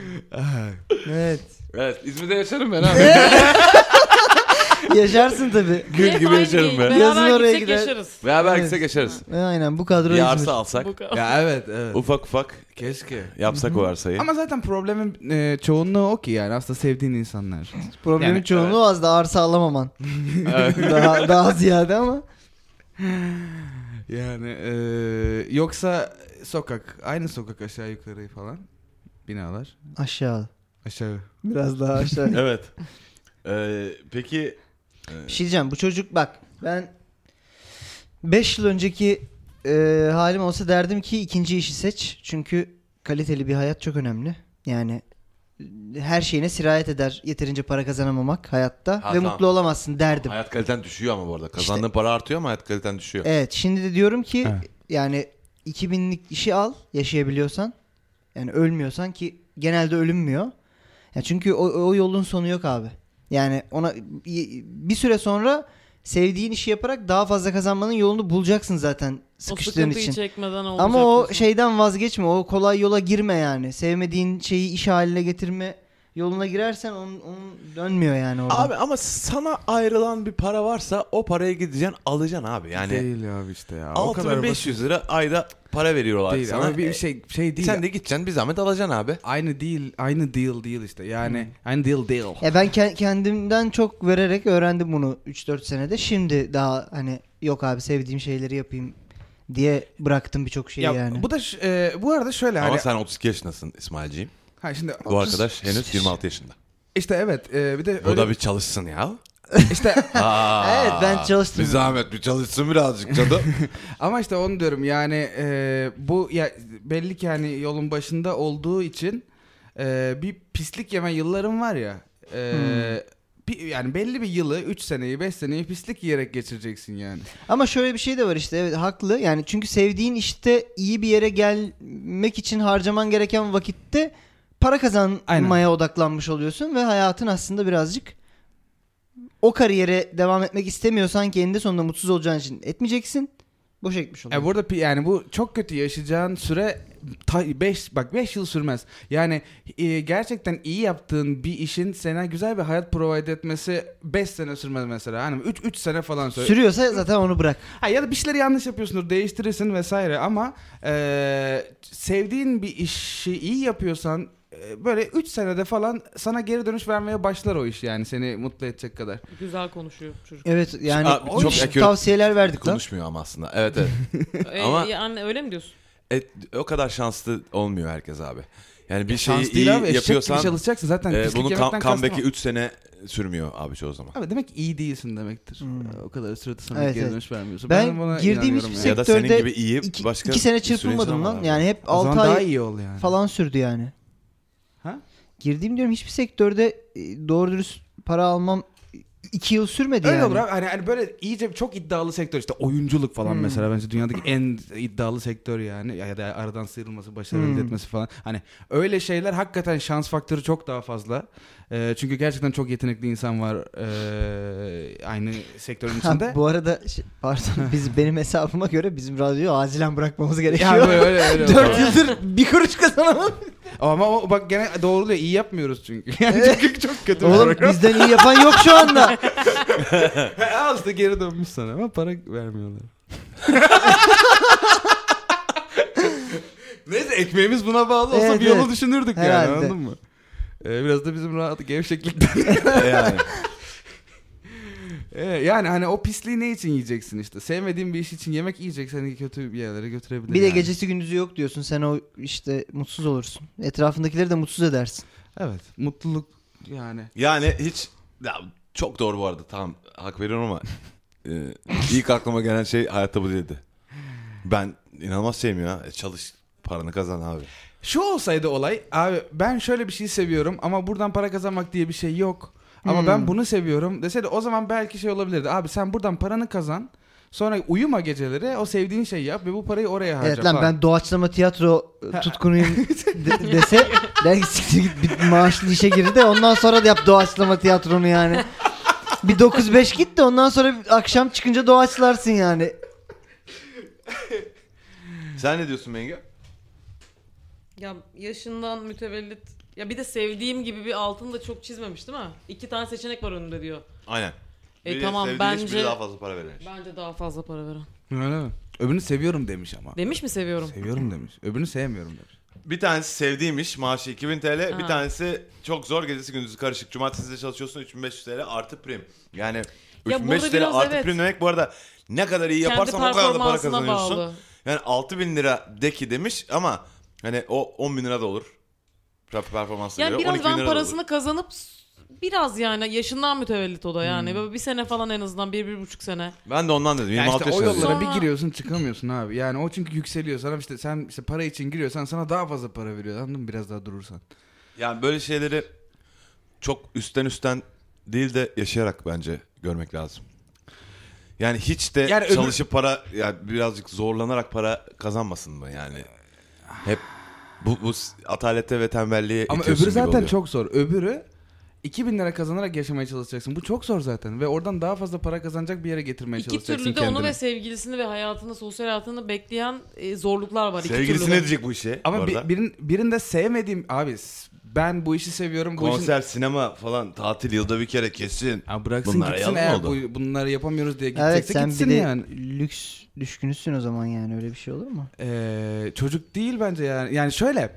[SPEAKER 3] evet.
[SPEAKER 1] evet İzmir'de yaşarım ben abi.
[SPEAKER 3] Yaşarsın tabi.
[SPEAKER 1] Gül
[SPEAKER 2] Hep
[SPEAKER 1] gibi
[SPEAKER 2] aynı
[SPEAKER 1] yaşarım
[SPEAKER 2] değil.
[SPEAKER 1] ben.
[SPEAKER 2] Beraber
[SPEAKER 3] Yazın oraya
[SPEAKER 2] gitsek
[SPEAKER 3] gider.
[SPEAKER 2] yaşarız.
[SPEAKER 1] Beraber
[SPEAKER 3] Evet.
[SPEAKER 1] gitsek yaşarız.
[SPEAKER 3] E, Aynen bu kadro
[SPEAKER 1] Bir
[SPEAKER 3] İzmir.
[SPEAKER 1] arsa alsak.
[SPEAKER 2] Bu kadar.
[SPEAKER 4] ya evet evet.
[SPEAKER 1] Ufak ufak
[SPEAKER 4] Keşke.
[SPEAKER 1] yapsak o arsayı.
[SPEAKER 4] Ama zaten problemin e, çoğunluğu o ki yani aslında sevdiğin insanlar.
[SPEAKER 3] Problemin
[SPEAKER 4] Yani,
[SPEAKER 3] çoğunluğu az da arsa alamaman. daha, daha ziyade ama.
[SPEAKER 4] Yani e, yoksa sokak aynı sokak aşağı yukarı falan binalar
[SPEAKER 3] Aşağı.
[SPEAKER 4] aşağı.
[SPEAKER 3] Biraz daha aşağı.
[SPEAKER 1] evet. Ee, peki
[SPEAKER 3] Bir şey diyeceğim bu çocuk bak ben 5 yıl önceki e, halim olsa derdim ki ikinci işi seç. Çünkü kaliteli bir hayat çok önemli. Yani e, her şeyine sirayet eder yeterince para kazanamamak hayatta
[SPEAKER 1] Ha,
[SPEAKER 3] ve
[SPEAKER 1] tamam.
[SPEAKER 3] mutlu olamazsın derdim.
[SPEAKER 1] hayat kaliten düşüyor ama bu arada. Kazandığın para artıyor ama hayat kaliten düşüyor.
[SPEAKER 3] Evet şimdi de diyorum ki
[SPEAKER 4] Evet.
[SPEAKER 3] yani 2000'lik işi al yaşayabiliyorsan. Yani ölmüyorsan ki genelde ölünmüyor. Ya çünkü o, o yolun sonu yok abi. Yani ona bir süre sonra sevdiğin işi yaparak daha fazla kazanmanın yolunu bulacaksın zaten
[SPEAKER 2] O
[SPEAKER 3] sıkıştığın
[SPEAKER 2] sıkıntıyı
[SPEAKER 3] için.
[SPEAKER 2] çekmeden olacak.
[SPEAKER 3] Ama o
[SPEAKER 1] şey-
[SPEAKER 2] diyorsun.
[SPEAKER 3] şeyden vazgeçme. O kolay yola girme yani. Sevmediğin şeyi iş haline getirme yoluna girersen onun, onun dönmüyor yani oradan.
[SPEAKER 1] Abi ama sana ayrılan bir para varsa o parayı gideceksin alacaksın abi. Yani
[SPEAKER 4] değil abi işte ya. O kadar basit
[SPEAKER 1] 6500 lira ayda para veriyorlar
[SPEAKER 4] değil
[SPEAKER 1] sana.
[SPEAKER 4] ama
[SPEAKER 1] E,
[SPEAKER 4] bir şey şey değil.
[SPEAKER 1] sen de gideceksin bir zahmet alacaksın abi.
[SPEAKER 4] aynı değil aynı deal değil işte yani
[SPEAKER 1] Hmm.
[SPEAKER 4] aynı deal değil.
[SPEAKER 3] Ya E ben ke- kendimden çok vererek öğrendim bunu 3-4 senede. Şimdi daha hani yok abi sevdiğim şeyleri yapayım diye bıraktım birçok şeyi
[SPEAKER 4] Ya
[SPEAKER 3] yani.
[SPEAKER 4] bu da ş- e, bu arada şöyle
[SPEAKER 1] Ama
[SPEAKER 4] hani
[SPEAKER 1] sen 32 yaşındasın İsmail'ciğim.
[SPEAKER 4] ha şimdi
[SPEAKER 1] Bu arkadaş henüz 26 yaşında.
[SPEAKER 4] işte evet e, bir de
[SPEAKER 1] O
[SPEAKER 4] öyle-
[SPEAKER 1] da bir çalışsın ya.
[SPEAKER 4] işte
[SPEAKER 1] Aa,
[SPEAKER 3] Evet, ben çalıştım.
[SPEAKER 1] Bir zahmet bir çalışsın birazcık canım.
[SPEAKER 4] ama işte onu diyorum yani e, bu ya belli ki hani yolun başında olduğu için e, bir pislik yeme yıllarım var ya. e, bir- yani belli bir yılı 3 seneyi 5 seneyi pislik yiyerek geçireceksin yani.
[SPEAKER 3] Ama şöyle bir şey de var işte evet haklı. Yani çünkü sevdiğin işte iyi bir yere gelmek için harcaman gereken vakitte para kazanmaya
[SPEAKER 4] Aynen.
[SPEAKER 3] odaklanmış oluyorsun ve hayatın aslında birazcık o kariyere devam etmek istemiyorsan ki eninde sonunda mutsuz olacağın için etmeyeceksin. Boşa gitmiş oluyor.
[SPEAKER 4] E burada pi- yani bu çok kötü yaşayacağın süre 5 bak 5 yıl sürmez. Yani e, gerçekten iyi yaptığın bir işin sana güzel bir hayat provide etmesi 5 sene sürmez mesela. Hani 3 3 sene falan sürer.
[SPEAKER 3] Sürüyorsa zaten onu bırak.
[SPEAKER 4] Ha, ya da bir şeyleri yanlış yapıyorsundur, değiştirirsin vesaire ama e, sevdiğin bir işi iyi yapıyorsan e, böyle 3 senede falan sana geri dönüş vermeye başlar o iş yani seni mutlu edecek kadar.
[SPEAKER 2] Güzel konuşuyor çocuk.
[SPEAKER 3] Evet yani
[SPEAKER 1] Abi,
[SPEAKER 3] o
[SPEAKER 1] çok
[SPEAKER 3] iş-
[SPEAKER 1] accurate
[SPEAKER 3] tavsiyeler verdik
[SPEAKER 1] E,
[SPEAKER 3] lan.
[SPEAKER 1] Konuşmuyor ama aslında. Evet evet.
[SPEAKER 2] Ee,
[SPEAKER 1] Ama-
[SPEAKER 2] ya anne öyle mi diyorsun?
[SPEAKER 1] E, o kadar şanslı olmuyor herkes abi. Yani bir şeyi
[SPEAKER 4] Şans
[SPEAKER 1] iyi
[SPEAKER 4] değil abi, eşek
[SPEAKER 1] yapıyorsan
[SPEAKER 4] gibi çalışacaksın zaten.
[SPEAKER 1] e,
[SPEAKER 4] pislik
[SPEAKER 1] bunun
[SPEAKER 4] yemekten
[SPEAKER 1] kam-
[SPEAKER 4] kastım
[SPEAKER 1] comeback'i
[SPEAKER 4] o.
[SPEAKER 1] 3 sene sürmüyor abi çoğu zaman.
[SPEAKER 4] Abi demek ki iyi değilsin demektir. E, O kadar sürede sana
[SPEAKER 3] Hmm. Evet,
[SPEAKER 4] geri
[SPEAKER 3] evet.
[SPEAKER 4] dönüş vermiyorsun.
[SPEAKER 3] Ben
[SPEAKER 4] buna
[SPEAKER 3] girdiğim
[SPEAKER 4] inanıyorum
[SPEAKER 3] hiçbir
[SPEAKER 4] yani.
[SPEAKER 3] şey-
[SPEAKER 1] Ya da senin
[SPEAKER 3] sektörde
[SPEAKER 1] gibi iyi
[SPEAKER 3] İki,
[SPEAKER 1] başka
[SPEAKER 3] iki sene
[SPEAKER 1] bir sürecin
[SPEAKER 3] çırpılmadım
[SPEAKER 1] var
[SPEAKER 3] lan.
[SPEAKER 1] abi.
[SPEAKER 3] Yani hep
[SPEAKER 4] O
[SPEAKER 3] 6
[SPEAKER 4] zaman
[SPEAKER 3] ay
[SPEAKER 4] daha iyi ol yani.
[SPEAKER 3] falan sürdü yani.
[SPEAKER 4] Ha?
[SPEAKER 3] Girdiğim diyorum hiçbir sektörde e, doğru dürüst para almam 2 yıl sürmedi
[SPEAKER 4] Öyle
[SPEAKER 3] yani.
[SPEAKER 4] olur abi. Hani, hani böyle iyice çok iddialı sektör işte oyunculuk falan
[SPEAKER 3] Hmm.
[SPEAKER 4] mesela bence dünyadaki en iddialı sektör yani ya da aradan sıyrılması, başarı
[SPEAKER 3] Hmm.
[SPEAKER 4] elde etmesi falan. Hani öyle şeyler hakikaten şans faktörü çok daha fazla. Ee, çünkü gerçekten çok yetenekli insan var ee, aynı sektörün
[SPEAKER 3] Ha,
[SPEAKER 4] içinde.
[SPEAKER 3] bu arada şey- pardon biz benim hesabıma göre bizim radyoyu acilen bırakmamız
[SPEAKER 4] ya
[SPEAKER 3] gerekiyor.
[SPEAKER 4] böyle öyle öyle.
[SPEAKER 3] 4 yıldır bir kuruş kazanamam.
[SPEAKER 4] Ama o, bak gene doğruluyor. iyi yapmıyoruz çünkü. Yani çünkü çok kötü. bir şey.
[SPEAKER 3] Oğlum
[SPEAKER 4] program.
[SPEAKER 3] bizden iyi yapan yok şu anda.
[SPEAKER 4] Al işte geri dönmüş sana ama para vermiyorlar. Neyse ekmeğimiz buna bağlı olsa
[SPEAKER 3] Evet,
[SPEAKER 4] bir yolu
[SPEAKER 3] evet.
[SPEAKER 4] düşünürdük
[SPEAKER 3] Herhalde.
[SPEAKER 4] yani anladın mı? Ee, biraz da bizim rahat gevşeklikten.
[SPEAKER 1] yani.
[SPEAKER 4] Ee, yani hani o pisliği ne için yiyeceksin işte? Sevmediğin bir iş için yemek yiyeceksen hani kötü bir yerlere götürebilir.
[SPEAKER 3] Bir de
[SPEAKER 4] yani.
[SPEAKER 3] gecesi gündüzü yok diyorsun. Sen o işte mutsuz olursun. Etrafındakileri de mutsuz edersin.
[SPEAKER 4] Evet mutluluk yani.
[SPEAKER 1] Yani hiç ya, çok doğru bu arada tamam hak veriyorum ama e, ilk aklıma gelen şey hayatta bu değildi. Ben inanılmaz şeyim ya. E, çalış paranı kazan abi.
[SPEAKER 4] Şu olsaydı olay abi ben şöyle bir şey seviyorum ama buradan para kazanmak diye bir şey yok. Ama
[SPEAKER 3] Hmm.
[SPEAKER 4] ben bunu seviyorum deseydi o zaman belki şey olabilirdi. Abi sen buradan paranı kazan. Sonra uyuma geceleri o sevdiğin şeyi yap ve bu parayı oraya harca.
[SPEAKER 3] evet lan
[SPEAKER 4] falan.
[SPEAKER 3] ben doğaçlama tiyatro e, tutkunuyum de- dese der ki siktir git bir maaşlı işe gir de ondan sonra da yap doğaçlama tiyatronu yani. Bir 9-5 git de ondan sonra bir akşam çıkınca doğaçlarsın yani.
[SPEAKER 1] Sen ne diyorsun Bengi?
[SPEAKER 2] Ya yaşından mütevellit. Ya bir de sevdiğim gibi bir altın da çok çizmemiş değil mi? İki tane seçenek var önünde diyor.
[SPEAKER 1] Aynen.
[SPEAKER 2] E,
[SPEAKER 1] Biri
[SPEAKER 2] tamam,
[SPEAKER 1] sevdiğin iş, biri
[SPEAKER 2] bence-
[SPEAKER 1] daha fazla para verir.
[SPEAKER 2] Bence daha fazla para veren.
[SPEAKER 4] Öyle mi? Öbürünü seviyorum demiş ama.
[SPEAKER 2] Demiş mi seviyorum?
[SPEAKER 4] Seviyorum demiş. Öbürünü sevmiyorum demiş.
[SPEAKER 1] Bir tanesi sevdiğim iş maaşı 2000 TL. Bir
[SPEAKER 2] Ha.
[SPEAKER 1] tanesi çok zor gecesi gündüzü karışık. Cumartesi de çalışıyorsun 3500 TL artı prim. Yani
[SPEAKER 2] Ya
[SPEAKER 1] 3500
[SPEAKER 2] burada
[SPEAKER 1] TL
[SPEAKER 2] biraz
[SPEAKER 1] artı
[SPEAKER 2] evet.
[SPEAKER 1] prim demek bu arada ne kadar iyi yaparsan o kadar da para kazanıyorsun.
[SPEAKER 2] bağlı.
[SPEAKER 1] Yani 6000 lira de ki demiş ama hani o 10 bin lira da olur. Rap performansı
[SPEAKER 2] Yani
[SPEAKER 1] göre 12
[SPEAKER 2] biraz
[SPEAKER 1] bin lira
[SPEAKER 2] ben
[SPEAKER 1] da olur.
[SPEAKER 2] parasını kazanıp s- biraz yani yaşından mütevellit o da yani.
[SPEAKER 1] Hmm.
[SPEAKER 2] Böyle bir sene falan en azından bir, bir buçuk sene.
[SPEAKER 1] Ben de ondan dedim.
[SPEAKER 4] Ya
[SPEAKER 1] 26
[SPEAKER 4] işte o
[SPEAKER 1] yaşında
[SPEAKER 4] yollara
[SPEAKER 1] dedim.
[SPEAKER 4] bir
[SPEAKER 2] Sonra-
[SPEAKER 4] giriyorsun çıkamıyorsun abi. Yani o çünkü yükseliyor. Sana işte sen işte para için giriyorsan sana daha fazla para veriyor. Anladın mı? Biraz daha durursan.
[SPEAKER 1] Yani böyle şeyleri çok üstten üstten değil de yaşayarak bence görmek lazım. Yani hiç de
[SPEAKER 4] Yani öbür-
[SPEAKER 1] çalışıp para yani birazcık zorlanarak para kazanmasın mı yani? Hep bu, bu s- atalete ve tembelliğe
[SPEAKER 4] Ama
[SPEAKER 1] itiyorsun
[SPEAKER 4] öbürü
[SPEAKER 1] E, gibi
[SPEAKER 4] zaten
[SPEAKER 1] oluyor.
[SPEAKER 4] çok zor. Öbürü 2000 lira kazanarak yaşamaya çalışacaksın. Bu çok zor zaten ve oradan daha fazla para kazanacak bir yere getirmeye
[SPEAKER 2] İki
[SPEAKER 4] çalışacaksın
[SPEAKER 2] türlü de
[SPEAKER 4] kendini.
[SPEAKER 2] onu ve sevgilisini ve hayatını, sosyal hayatını bekleyen e, zorluklar var. iki
[SPEAKER 1] Sevgilisi
[SPEAKER 2] türlü
[SPEAKER 1] ne
[SPEAKER 2] de.
[SPEAKER 1] diyecek bu işe? bu
[SPEAKER 4] Ama bir,
[SPEAKER 1] arada?
[SPEAKER 4] birin, birinde sevmediğim abi s- ben bu işi seviyorum. Bu işin...
[SPEAKER 1] konser, sinema falan tatil yılda bir kere kesin.
[SPEAKER 4] Ha bıraksın
[SPEAKER 1] Bunlar
[SPEAKER 4] gitsin
[SPEAKER 1] yalan
[SPEAKER 4] eğer
[SPEAKER 1] oldu.
[SPEAKER 4] bu- bunları yapamıyoruz diye gidecekse
[SPEAKER 3] Evet sen
[SPEAKER 4] gitsin
[SPEAKER 3] bir de
[SPEAKER 4] yani.
[SPEAKER 3] lüks düşkünüsün o zaman yani öyle bir şey olur mu?
[SPEAKER 4] Ee, çocuk değil bence yani. Yani şöyle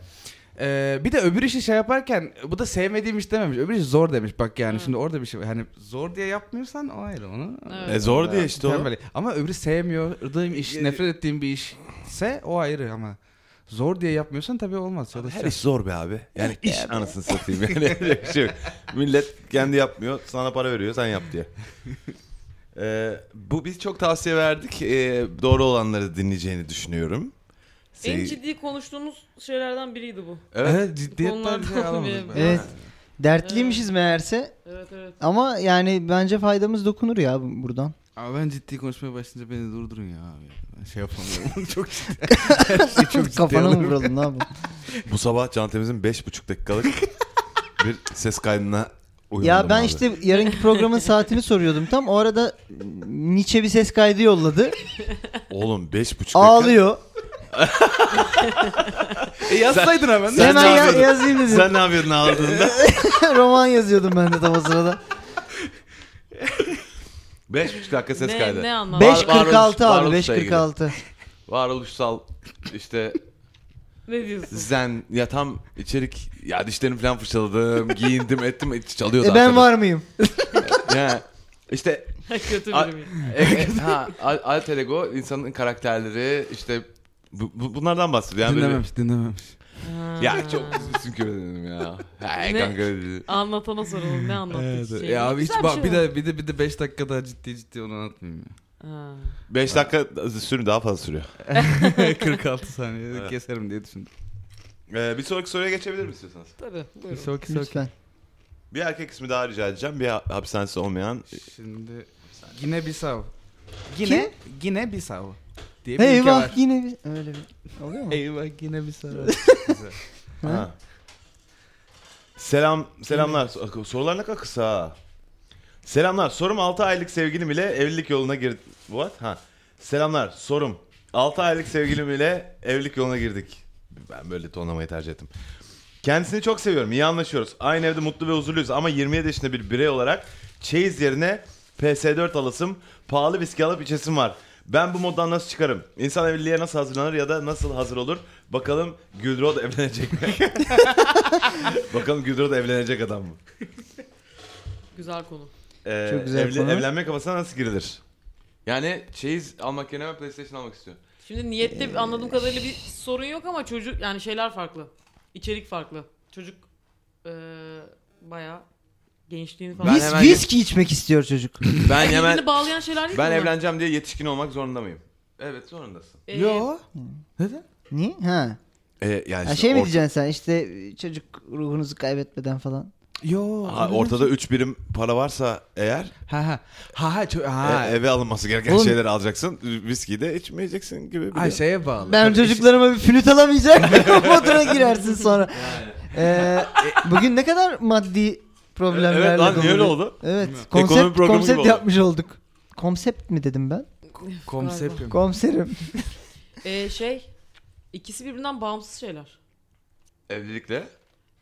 [SPEAKER 4] ee, bir de öbür işi şey yaparken bu da sevmediğim iş dememiş. Öbür iş zor demiş bak yani
[SPEAKER 2] Evet.
[SPEAKER 4] şimdi orada bir şey var. Hani zor diye yapmıyorsan o ayrı onu.
[SPEAKER 2] Evet.
[SPEAKER 1] E zor
[SPEAKER 3] Ee,
[SPEAKER 1] diye işte o.
[SPEAKER 4] Tembellik. Ama öbürü sevmiyordum iş, nefret ettiğim bir işse o ayrı ama zor diye yapmıyorsan tabii olmaz.
[SPEAKER 1] Her
[SPEAKER 4] Çalışacaksın.
[SPEAKER 1] iş zor be abi. Yani iş anasını satayım. Yani yapacak bir şey yok. Millet kendi yapmıyor. Sana para veriyor sen yap diye. Ee, bu biz çok tavsiye verdik. Ee, doğru olanları dinleyeceğini düşünüyorum.
[SPEAKER 2] En
[SPEAKER 1] Sevgi-
[SPEAKER 2] ciddi konuştuğumuz şeylerden biriydi bu.
[SPEAKER 1] Evet.
[SPEAKER 4] Evet, ciddiyetten
[SPEAKER 2] Konulardan
[SPEAKER 4] şey alamadık.
[SPEAKER 2] bir-
[SPEAKER 4] ben.
[SPEAKER 3] Evet. Dertliymişiz meğerse
[SPEAKER 2] Evet evet.
[SPEAKER 3] ama yani bence faydamız dokunur ya bu- buradan.
[SPEAKER 4] Ama ben ciddi konuşmaya başlayınca beni durdurun ya abi. Ben şey yapamıyorum. çok ciddi.
[SPEAKER 3] Kafana mı
[SPEAKER 4] alıyorum.
[SPEAKER 3] vuralım ne yapalım?
[SPEAKER 1] Bu sabah Can Temiz'in 5,5 dakikalık bir ses kaydına
[SPEAKER 3] Ya ben işte yarınki programın saatini soruyordum tam. O arada Nietzsche bir ses kaydı yolladı.
[SPEAKER 1] Oğlum 5,5 dakika.
[SPEAKER 3] Ağlıyor.
[SPEAKER 4] E, yazsaydın hemen.
[SPEAKER 1] Sen
[SPEAKER 3] Hemen
[SPEAKER 1] ne
[SPEAKER 3] ya-
[SPEAKER 1] yapıyordun?
[SPEAKER 3] yazayım dedim.
[SPEAKER 1] Sen ne yapıyordun ağladığında?
[SPEAKER 3] Roman yazıyordum ben de tam o sırada.
[SPEAKER 1] 5,5 dakika ses
[SPEAKER 2] ne,
[SPEAKER 1] kaydı.
[SPEAKER 2] Ne anlamı?
[SPEAKER 1] Beş-
[SPEAKER 3] 5.46
[SPEAKER 1] varoluş-
[SPEAKER 3] abi 5.46.
[SPEAKER 1] Varoluşsal işte
[SPEAKER 2] Ne diyorsun?
[SPEAKER 1] zen ya tam içerik ya dişlerimi falan fırçaladım giyindim ettim et- çalıyor
[SPEAKER 3] E
[SPEAKER 1] zaten.
[SPEAKER 3] ben var mıyım?
[SPEAKER 1] Ya, işte
[SPEAKER 2] Kötü
[SPEAKER 1] A-
[SPEAKER 2] bir miyim?
[SPEAKER 1] e, e, ha, al- alter ego insanın karakterleri işte bu- bu- bunlardan bahsediyor. Yani böyle-
[SPEAKER 4] Dinlememiş dinlememiş.
[SPEAKER 1] ya çok üzülsün ki öyle dedim ya. Hey
[SPEAKER 2] Ne?
[SPEAKER 1] kanka. dedi.
[SPEAKER 2] Anlatana soralım ne anlattı
[SPEAKER 4] Evet,
[SPEAKER 2] şey.
[SPEAKER 4] ya abi hiç
[SPEAKER 2] Güzel
[SPEAKER 4] bak
[SPEAKER 2] şey
[SPEAKER 4] bir
[SPEAKER 2] var.
[SPEAKER 4] de bir de bir de 5 dakika daha ciddi ciddi onu anlatmayayım ya.
[SPEAKER 2] Ha.
[SPEAKER 1] 5 dakika sürün daha fazla sürüyor.
[SPEAKER 4] 46 saniyede
[SPEAKER 1] Evet.
[SPEAKER 4] keserim diye düşündüm.
[SPEAKER 1] Ee, bir sonraki soruya geçebilir misiniz?
[SPEAKER 2] Tabii
[SPEAKER 4] Bir
[SPEAKER 2] buyurun.
[SPEAKER 4] sonraki soru.
[SPEAKER 3] Lütfen.
[SPEAKER 1] Bir erkek ismi daha rica edeceğim. Bir ha- hapishanesi olmayan.
[SPEAKER 4] Şimdi Gine Bisav.
[SPEAKER 3] Kim?
[SPEAKER 4] Gine Gine Bisav diye bir ülke var.
[SPEAKER 3] Eyvah yine bir... Öyle bir... Oluyor mu?
[SPEAKER 4] Eyvah Gine Bisav.
[SPEAKER 1] Ha. Selam, selamlar. So- Sorular ne kadar kısa. ha. Selamlar. Sorum 6 aylık sevgilim ile evlilik yoluna girdi. What? Ha. Selamlar. Sorum 6 aylık sevgilim ile evlilik yoluna girdik. Ben böyle tonlamayı tercih ettim. Kendisini çok seviyorum. iyi anlaşıyoruz. Aynı evde mutlu ve huzurluyuz ama 27 yaşında bir birey olarak çeyiz yerine PS4 alasım, pahalı viski alıp içesim var. Ben bu moddan nasıl çıkarım? İnsan evliliğe nasıl hazırlanır ya da nasıl hazır olur? Bakalım Gülrod evlenecek mi? Bakalım Gülrod evlenecek adam mı?
[SPEAKER 2] Güzel konu.
[SPEAKER 1] Ee,
[SPEAKER 3] Çok güzel
[SPEAKER 1] evli-
[SPEAKER 3] konu.
[SPEAKER 1] Evlenme kafasına nasıl girilir? Yani çeyiz almak yerine PlayStation almak istiyor.
[SPEAKER 2] Şimdi niyette
[SPEAKER 3] Ee,
[SPEAKER 2] anladığım kadarıyla bir sorun yok ama çocuk yani şeyler farklı. İçerik farklı. Çocuk eee bayağı gençliğini falan.
[SPEAKER 1] Ben
[SPEAKER 3] Vis-
[SPEAKER 1] hemen-
[SPEAKER 3] viski içmek istiyor çocuk.
[SPEAKER 1] Ben
[SPEAKER 2] Birbirini
[SPEAKER 1] hemen
[SPEAKER 2] bağlayan şeyler değil
[SPEAKER 1] ben
[SPEAKER 2] bunlar?
[SPEAKER 1] evleneceğim diye yetişkin olmak zorunda mıyım? Evet zorundasın.
[SPEAKER 2] Ee,
[SPEAKER 4] Yo. Neden?
[SPEAKER 3] Niye? Ha.
[SPEAKER 1] Ee, yani
[SPEAKER 3] Ha,
[SPEAKER 1] işte
[SPEAKER 3] şey mi
[SPEAKER 1] orta-
[SPEAKER 3] diyeceksin sen işte çocuk ruhunuzu kaybetmeden falan.
[SPEAKER 4] Yo.
[SPEAKER 1] Ha,
[SPEAKER 4] neden?
[SPEAKER 1] ortada 3 birim para varsa eğer
[SPEAKER 4] Ha ha. Ha ha. çö- ha.
[SPEAKER 1] e- eve alınması gereken
[SPEAKER 3] Oğlum- şey
[SPEAKER 1] şeyleri alacaksın. Viskiyi de içmeyeceksin gibi.
[SPEAKER 4] Ay
[SPEAKER 1] biliyorum.
[SPEAKER 4] şeye bağlı.
[SPEAKER 3] Ben
[SPEAKER 4] Tabii
[SPEAKER 3] çocuklarıma bir flüt alamayacak moduna girersin sonra. Ee, bugün ne kadar maddi problemlerle
[SPEAKER 1] Evet lan niye öyle
[SPEAKER 3] dolu-
[SPEAKER 1] oldu?
[SPEAKER 3] Evet.
[SPEAKER 4] Bilmiyorum.
[SPEAKER 1] Ekonomi
[SPEAKER 3] Konsept,
[SPEAKER 1] programı gibi
[SPEAKER 3] konsept
[SPEAKER 1] oldu.
[SPEAKER 3] yapmış olduk. Konsept mi dedim ben?
[SPEAKER 4] işi- Komiserim.
[SPEAKER 3] Komiserim.
[SPEAKER 2] Ee, şey ikisi birbirinden bağımsız şeyler.
[SPEAKER 1] Evlilikle.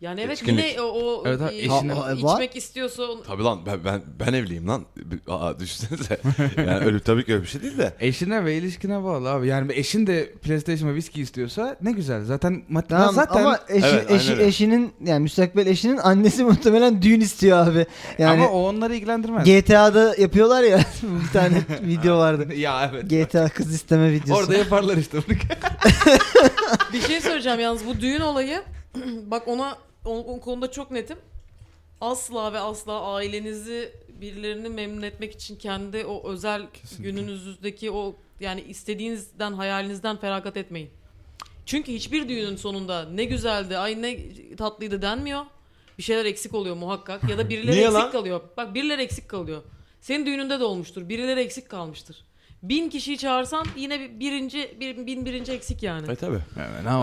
[SPEAKER 2] Yani evet
[SPEAKER 1] Yetişkinlik.
[SPEAKER 2] yine o, o
[SPEAKER 4] Evet, ha,
[SPEAKER 2] e,
[SPEAKER 4] eşine-
[SPEAKER 2] o-
[SPEAKER 3] Ha, o- var.
[SPEAKER 2] içmek istiyorsa onu...
[SPEAKER 1] Tabii lan ben ben, ben evliyim lan. Aa düşünsenize. yani öyle tabii ki öyle bir şey değil de.
[SPEAKER 4] Eşine ve ilişkine bağlı abi. Yani eşin de PlayStation ve viski istiyorsa ne güzel. Zaten maddi
[SPEAKER 3] Tamam
[SPEAKER 4] zaten
[SPEAKER 3] ama eşi,
[SPEAKER 1] Evet, aynen
[SPEAKER 3] eşi-
[SPEAKER 1] öyle.
[SPEAKER 3] eşinin yani müstakbel eşinin annesi muhtemelen düğün istiyor abi. Yani
[SPEAKER 4] ama o onları ilgilendirmez.
[SPEAKER 3] GTA'da yapıyorlar ya bir tane video vardı.
[SPEAKER 4] ya evet.
[SPEAKER 3] GTA kız isteme videosu.
[SPEAKER 4] Orada yaparlar işte bunu.
[SPEAKER 2] Bir şey söyleyeceğim yalnız bu düğün olayı bak ona o, o konuda çok netim. Asla ve asla ailenizi birilerini memnun etmek için kendi o özel gününüzdeki o yani istediğinizden hayalinizden feragat etmeyin. Çünkü hiçbir düğünün sonunda ne güzeldi, ay ne tatlıydı denmiyor. Bir şeyler eksik oluyor muhakkak ya da birileri
[SPEAKER 1] Niye
[SPEAKER 2] eksik
[SPEAKER 1] lan?
[SPEAKER 2] kalıyor. Bak birileri eksik kalıyor. Senin düğününde de olmuştur. Birileri eksik kalmıştır. Bin kişiyi çağırsan yine bir- birinci, bir, bin birinci eksik yani.
[SPEAKER 1] E, tabii.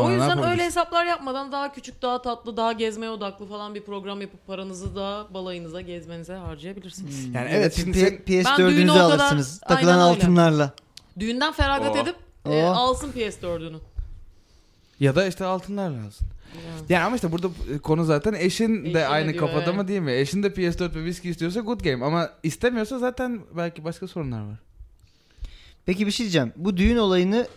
[SPEAKER 2] O yüzden öyle hesaplar yapmadan daha küçük, daha tatlı, daha gezmeye odaklı falan bir program yapıp paranızı da balayınıza, gezmenize harcayabilirsiniz.
[SPEAKER 4] Yani evet şimdi
[SPEAKER 3] P-
[SPEAKER 4] sen-
[SPEAKER 2] Ben düğüne o
[SPEAKER 3] PS4'ünüzü
[SPEAKER 2] kadar-
[SPEAKER 3] alırsınız.
[SPEAKER 2] Aynen
[SPEAKER 3] Takılan
[SPEAKER 2] öyle.
[SPEAKER 3] altınlarla.
[SPEAKER 2] Düğünden feragat
[SPEAKER 1] Oh.
[SPEAKER 2] edip e,
[SPEAKER 3] Oh.
[SPEAKER 2] alsın PS4'ünü.
[SPEAKER 4] ya da işte altınlar lazım.
[SPEAKER 2] Yani.
[SPEAKER 4] Yani ama işte burada e, konu zaten eşin
[SPEAKER 2] Eşine
[SPEAKER 4] de aynı
[SPEAKER 2] diyor,
[SPEAKER 4] kafada
[SPEAKER 2] evet.
[SPEAKER 4] mı değil mi? Eşin de PS4 ve viski istiyorsa good game ama istemiyorsa zaten belki başka sorunlar var.
[SPEAKER 3] Peki bir şey diyeceğim. Bu düğün olayını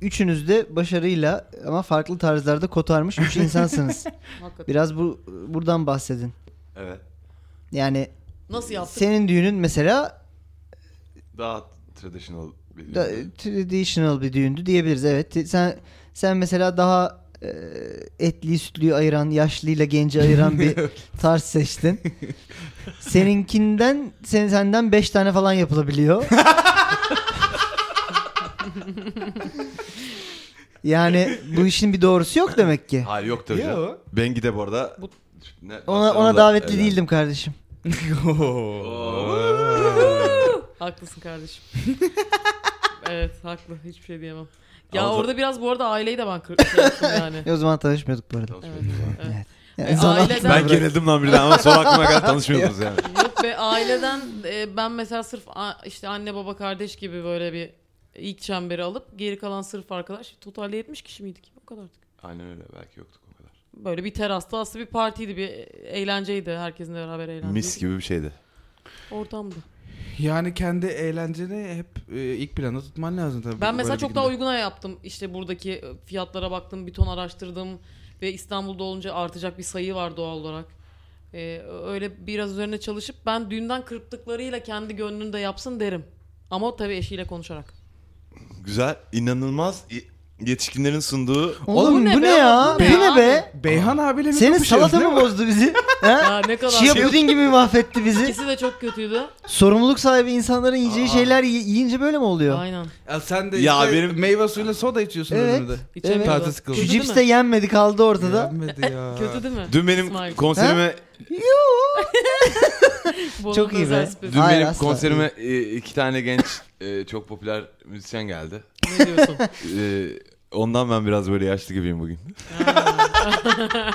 [SPEAKER 3] üçünüz de başarıyla ama farklı tarzlarda kotarmış üç insansınız.
[SPEAKER 2] Hakikaten.
[SPEAKER 3] Biraz bu buradan bahsedin.
[SPEAKER 1] Evet.
[SPEAKER 3] Yani
[SPEAKER 2] Nasıl yaptık?
[SPEAKER 3] senin düğünün mesela
[SPEAKER 1] Daha traditional bir
[SPEAKER 3] da- e, traditional bir düğündü diyebiliriz. Evet. e, Sen sen mesela daha e, etliyi sütlüyü ayıran, yaşlıyla genci ayıran bir tarz seçtin. Seninkinden sen senden 5 tane falan yapılabiliyor. yani bu işin bir doğrusu yok demek ki.
[SPEAKER 1] Hayır yok tabii. canım.
[SPEAKER 4] Yo.
[SPEAKER 1] Bengi de bu arada.
[SPEAKER 2] Bu-
[SPEAKER 1] Ne-
[SPEAKER 3] Ona ona
[SPEAKER 1] Barcelona'da
[SPEAKER 3] davetli
[SPEAKER 1] evlendi.
[SPEAKER 3] değildim kardeşim.
[SPEAKER 2] Haklısın kardeşim. evet haklı. Hiçbir şey diyemem. Ya
[SPEAKER 1] Ama-
[SPEAKER 2] orada biraz bu arada aileyi de ben kır- şey yaptım yani.
[SPEAKER 3] E, o zaman tanışmıyorduk bu arada.
[SPEAKER 1] Tamam,
[SPEAKER 2] Evet,
[SPEAKER 1] söyleyeyim.
[SPEAKER 2] evet.
[SPEAKER 3] Yani
[SPEAKER 2] E,
[SPEAKER 3] zanaat
[SPEAKER 2] aileden-
[SPEAKER 3] bırak-
[SPEAKER 1] Ben gerildim lan birden ama son aklıma kadar tanışmıyordunuz yani.
[SPEAKER 2] Yok be aileden e, ben mesela sırf a- işte anne baba kardeş gibi böyle bir ilk çemberi alıp geri kalan sırf arkadaş. Totalde 70 kişi miydik? O kadardık.
[SPEAKER 1] Aynen öyle belki yoktuk o kadar.
[SPEAKER 2] Böyle bir terasta aslında bir partiydi bir eğlenceydi. Herkesin de beraber eğlenceydi.
[SPEAKER 1] Mis gibi bir şeydi.
[SPEAKER 2] Ortamdı.
[SPEAKER 4] Yani kendi eğlenceni hep e, ilk planda tutman lazım tabii.
[SPEAKER 2] Ben mesela
[SPEAKER 4] böyle
[SPEAKER 2] çok
[SPEAKER 4] bir
[SPEAKER 2] daha
[SPEAKER 4] günde.
[SPEAKER 2] uyguna yaptım. İşte buradaki e, fiyatlara baktım, bir ton araştırdım ve İstanbul'da olunca artacak bir sayı var doğal olarak. Ee, öyle biraz üzerine çalışıp ben düğünden kırptıklarıyla kendi gönlünde yapsın derim. Ama tabii eşiyle konuşarak.
[SPEAKER 5] Güzel, inanılmaz y- yetişkinlerin sunduğu
[SPEAKER 3] Oğlum, bu ne,
[SPEAKER 2] be
[SPEAKER 3] ya?
[SPEAKER 2] oğlum?
[SPEAKER 3] Bu
[SPEAKER 2] Ne
[SPEAKER 3] ne
[SPEAKER 2] abi?
[SPEAKER 3] be?
[SPEAKER 4] Beyhan abiyle mi
[SPEAKER 3] Senin
[SPEAKER 4] kapışıyoruz,
[SPEAKER 3] salata
[SPEAKER 4] değil
[SPEAKER 3] mı
[SPEAKER 4] mi?
[SPEAKER 3] bozdu bizi? Ha?
[SPEAKER 2] Ya ne kadar.
[SPEAKER 3] Chia pudding Şey gibi mahvetti bizi.
[SPEAKER 2] İkisi de çok kötüydü.
[SPEAKER 3] Sorumluluk sahibi insanların yiyeceği şeyler yi- yiyince böyle mi oluyor?
[SPEAKER 2] Aynen.
[SPEAKER 4] Ya sen de
[SPEAKER 1] Ya
[SPEAKER 4] işte
[SPEAKER 1] benim-
[SPEAKER 4] meyve suyuyla soda içiyorsun
[SPEAKER 3] Evet.
[SPEAKER 4] önünde.
[SPEAKER 2] İçemiyordu.
[SPEAKER 4] Taze sıkıldı.
[SPEAKER 3] Şu
[SPEAKER 2] Kötü
[SPEAKER 3] cips de
[SPEAKER 2] değil mi?
[SPEAKER 3] yenmedi kaldı ortada.
[SPEAKER 4] Yenmedi ya.
[SPEAKER 2] Kötü değil mi?
[SPEAKER 1] Dün benim
[SPEAKER 2] İsmail.
[SPEAKER 1] konserime
[SPEAKER 2] Bu
[SPEAKER 3] Çok
[SPEAKER 2] onun
[SPEAKER 3] iyi
[SPEAKER 2] özel
[SPEAKER 3] be.
[SPEAKER 2] spesi.
[SPEAKER 1] dün
[SPEAKER 3] Hayır,
[SPEAKER 1] benim
[SPEAKER 3] asla.
[SPEAKER 1] konserime e, iki tane genç e, çok popüler müzisyen geldi.
[SPEAKER 2] Ne diyorsun?
[SPEAKER 1] E, ondan ben biraz böyle yaşlı gibiyim bugün.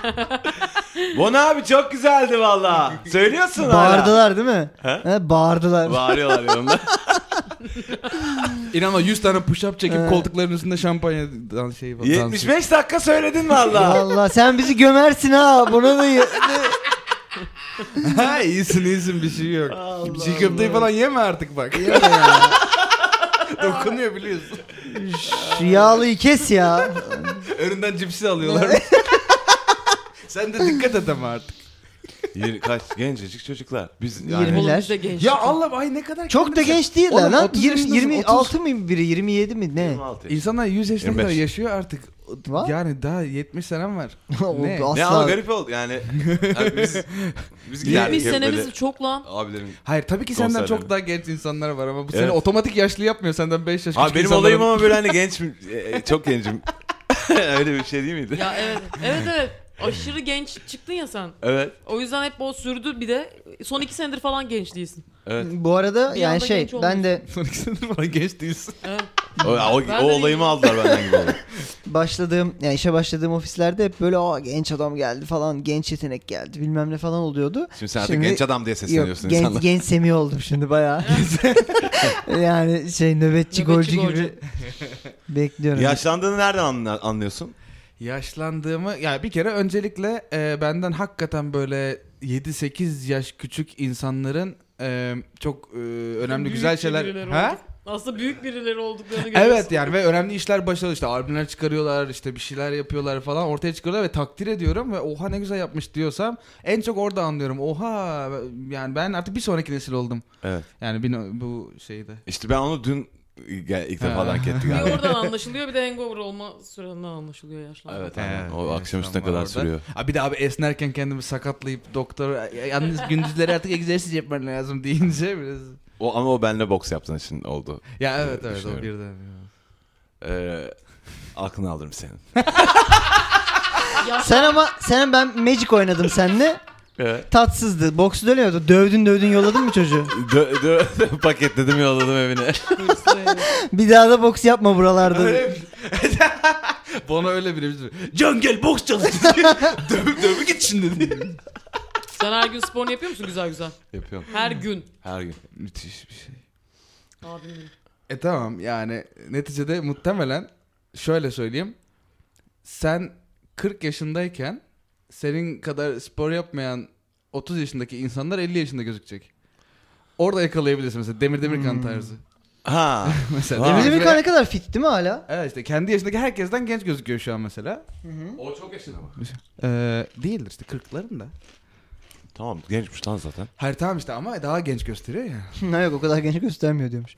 [SPEAKER 1] Bu ne abi çok güzeldi valla. Söylüyorsun hala.
[SPEAKER 3] Bağırdılar değil mi?
[SPEAKER 1] He?
[SPEAKER 3] He, bağırdılar.
[SPEAKER 1] Bağırıyorlar yanımda.
[SPEAKER 4] İnanma 100 tane push-up çekip
[SPEAKER 3] Ee.
[SPEAKER 4] koltukların üstünde şampanyadan şey dansı.
[SPEAKER 1] 75 dakika söyledin valla.
[SPEAKER 3] Vallahi sen bizi gömersin ha. Bunu da ye-
[SPEAKER 4] ha iyisin iyisin bir şey yok.
[SPEAKER 3] Allah
[SPEAKER 4] Çiğ köfteyi
[SPEAKER 3] Allah.
[SPEAKER 4] falan yeme artık bak.
[SPEAKER 3] Yeme ya.
[SPEAKER 4] Dokunuyor biliyorsun.
[SPEAKER 3] Şu yağlıyı kes ya.
[SPEAKER 4] Önünden cipsi alıyorlar. Sen de dikkat et ama artık.
[SPEAKER 1] Yeni- kaç gencecik çocuklar. Biz
[SPEAKER 3] Yirmi-
[SPEAKER 1] yani
[SPEAKER 2] Oğlum
[SPEAKER 3] Neler?
[SPEAKER 2] biz de genç.
[SPEAKER 4] Ya Allah ay ne kadar
[SPEAKER 3] Çok da
[SPEAKER 4] kendini-
[SPEAKER 3] genç değil
[SPEAKER 4] Oğlum,
[SPEAKER 3] lan.
[SPEAKER 4] 30
[SPEAKER 3] 20,
[SPEAKER 4] yaşındasın,
[SPEAKER 3] 26 mı biri 27 mi ne?
[SPEAKER 1] 26 yaş.
[SPEAKER 4] İnsanlar 100 yaşına kadar
[SPEAKER 1] 25.
[SPEAKER 4] yaşıyor artık.
[SPEAKER 3] Var.
[SPEAKER 4] Yani daha 70 senem var.
[SPEAKER 3] O
[SPEAKER 4] Ne?
[SPEAKER 3] asla.
[SPEAKER 1] Ne ama garip oldu yani. Hani biz biz giderdik
[SPEAKER 2] 20
[SPEAKER 1] hep
[SPEAKER 2] senemiz
[SPEAKER 1] böyle.
[SPEAKER 2] çok lan.
[SPEAKER 1] Abilerin.
[SPEAKER 4] Hayır tabii ki senden
[SPEAKER 1] Konserler.
[SPEAKER 4] çok daha genç insanlar var ama bu
[SPEAKER 1] Evet.
[SPEAKER 4] seni otomatik yaşlı yapmıyor. Senden 5 yaş
[SPEAKER 1] Abi
[SPEAKER 4] küçük
[SPEAKER 1] benim
[SPEAKER 4] insanların-
[SPEAKER 1] olayım ama böyle hani genç mi- e, çok gencim. Öyle bir şey değil miydi?
[SPEAKER 2] Ya evet. Evet evet. Aşırı genç çıktın ya sen.
[SPEAKER 1] Evet.
[SPEAKER 2] O yüzden hep o sürdü bir de son iki senedir falan genç değilsin.
[SPEAKER 1] Evet.
[SPEAKER 3] Bu arada
[SPEAKER 2] Hmm. Bir
[SPEAKER 3] yani
[SPEAKER 2] anda
[SPEAKER 3] şey
[SPEAKER 2] genç
[SPEAKER 3] ben de
[SPEAKER 4] Son iki senedir falan genç değilsin.
[SPEAKER 2] Evet.
[SPEAKER 1] O, o,
[SPEAKER 2] Ben de
[SPEAKER 1] o olayımı aldılar benden gibi oldu.
[SPEAKER 3] başladığım yani işe başladığım ofislerde hep böyle Aa, genç adam geldi falan genç yetenek geldi bilmem ne falan oluyordu.
[SPEAKER 1] Şimdi sen artık
[SPEAKER 3] Şimdi-
[SPEAKER 1] genç adam diye
[SPEAKER 3] Yok
[SPEAKER 1] sesleniyorsun
[SPEAKER 3] genç,
[SPEAKER 1] insanlara.
[SPEAKER 3] genç Semih oldum şimdi bayağı. yani şey nöbetçi,
[SPEAKER 2] Nöbetçi
[SPEAKER 3] golcü,
[SPEAKER 2] golcü.
[SPEAKER 3] gibi bekliyorum.
[SPEAKER 1] Yaşlandığını nereden anla- anlıyorsun?
[SPEAKER 4] Yaşlandığımı yani bir kere öncelikle e, benden hakikaten böyle 7-8 yaş küçük insanların e, çok e, önemli
[SPEAKER 2] Büyük
[SPEAKER 4] güzel şeyler
[SPEAKER 2] birileri
[SPEAKER 4] ha
[SPEAKER 2] olduk. Aslında büyük birileri olduklarını görüyorsun.
[SPEAKER 4] Evet yani ve önemli işler başarılı işte albümler çıkarıyorlar işte bir şeyler yapıyorlar falan ortaya çıkarıyorlar ve takdir ediyorum ve oha ne güzel yapmış diyorsam en çok orada anlıyorum oha yani ben artık bir sonraki nesil oldum
[SPEAKER 1] Evet.
[SPEAKER 4] yani bir, bu şeyde.
[SPEAKER 1] İşte ben onu dün gel- ilk defa
[SPEAKER 4] Ha.
[SPEAKER 1] dank etti
[SPEAKER 2] Bir
[SPEAKER 1] galiba.
[SPEAKER 2] oradan anlaşılıyor bir de hangover olma sürenden anlaşılıyor yaşlanma.
[SPEAKER 1] Evet aynen. O
[SPEAKER 4] Ee,
[SPEAKER 1] akşam üstüne
[SPEAKER 4] yaşlanma
[SPEAKER 1] kadar
[SPEAKER 4] orada.
[SPEAKER 1] sürüyor.
[SPEAKER 4] Ha, bir de abi esnerken kendimi sakatlayıp doktora yalnız gündüzleri artık egzersiz yapman lazım deyince biraz.
[SPEAKER 1] O, ama o benle boks yaptığın için oldu.
[SPEAKER 4] Ya
[SPEAKER 1] Evet,
[SPEAKER 4] evet evet o
[SPEAKER 1] düşünüyorum.
[SPEAKER 4] birden.
[SPEAKER 1] Ee, aklını alırım senin.
[SPEAKER 2] Yaş-
[SPEAKER 3] Sen ama sen ben Magic oynadım seninle.
[SPEAKER 1] Evet.
[SPEAKER 3] Tatsızdı. Boksu dönüyordu. Dövdün dövdün yolladın mı çocuğu?
[SPEAKER 1] Dö, dö, paketledim yolladım evine.
[SPEAKER 3] Bir daha da boks yapma buralarda.
[SPEAKER 4] Öyle Bana öyle biri bir Can gel boks çalışacağız. dövüp dövüp git şimdi diye.
[SPEAKER 2] Sen her gün spor yapıyor musun güzel güzel?
[SPEAKER 1] Yapıyorum
[SPEAKER 2] Her gün.
[SPEAKER 1] her gün.
[SPEAKER 4] Müthiş bir şey.
[SPEAKER 2] Hmm. Abim benim.
[SPEAKER 4] E tamam yani neticede muhtemelen şöyle söyleyeyim. Sen 40 yaşındayken senin kadar spor yapmayan 30 yaşındaki insanlar 50 yaşında gözükecek. Orada yakalayabilirsin mesela Demir Demirkan tarzı.
[SPEAKER 1] Ha.
[SPEAKER 4] Mesela
[SPEAKER 1] Vay.
[SPEAKER 3] Demir
[SPEAKER 1] Aa,
[SPEAKER 3] Demirkan ne kadar fit değil mi hala?
[SPEAKER 4] Evet işte kendi yaşındaki herkesten genç gözüküyor şu an mesela.
[SPEAKER 1] o çok yaşında mı?
[SPEAKER 4] Ee, değildir işte 40'ların da.
[SPEAKER 1] Tamam gençmiş lan zaten.
[SPEAKER 4] Hayır tamam işte ama daha genç gösteriyor ya.
[SPEAKER 3] Ha yok o kadar genç göstermiyor diyormuş.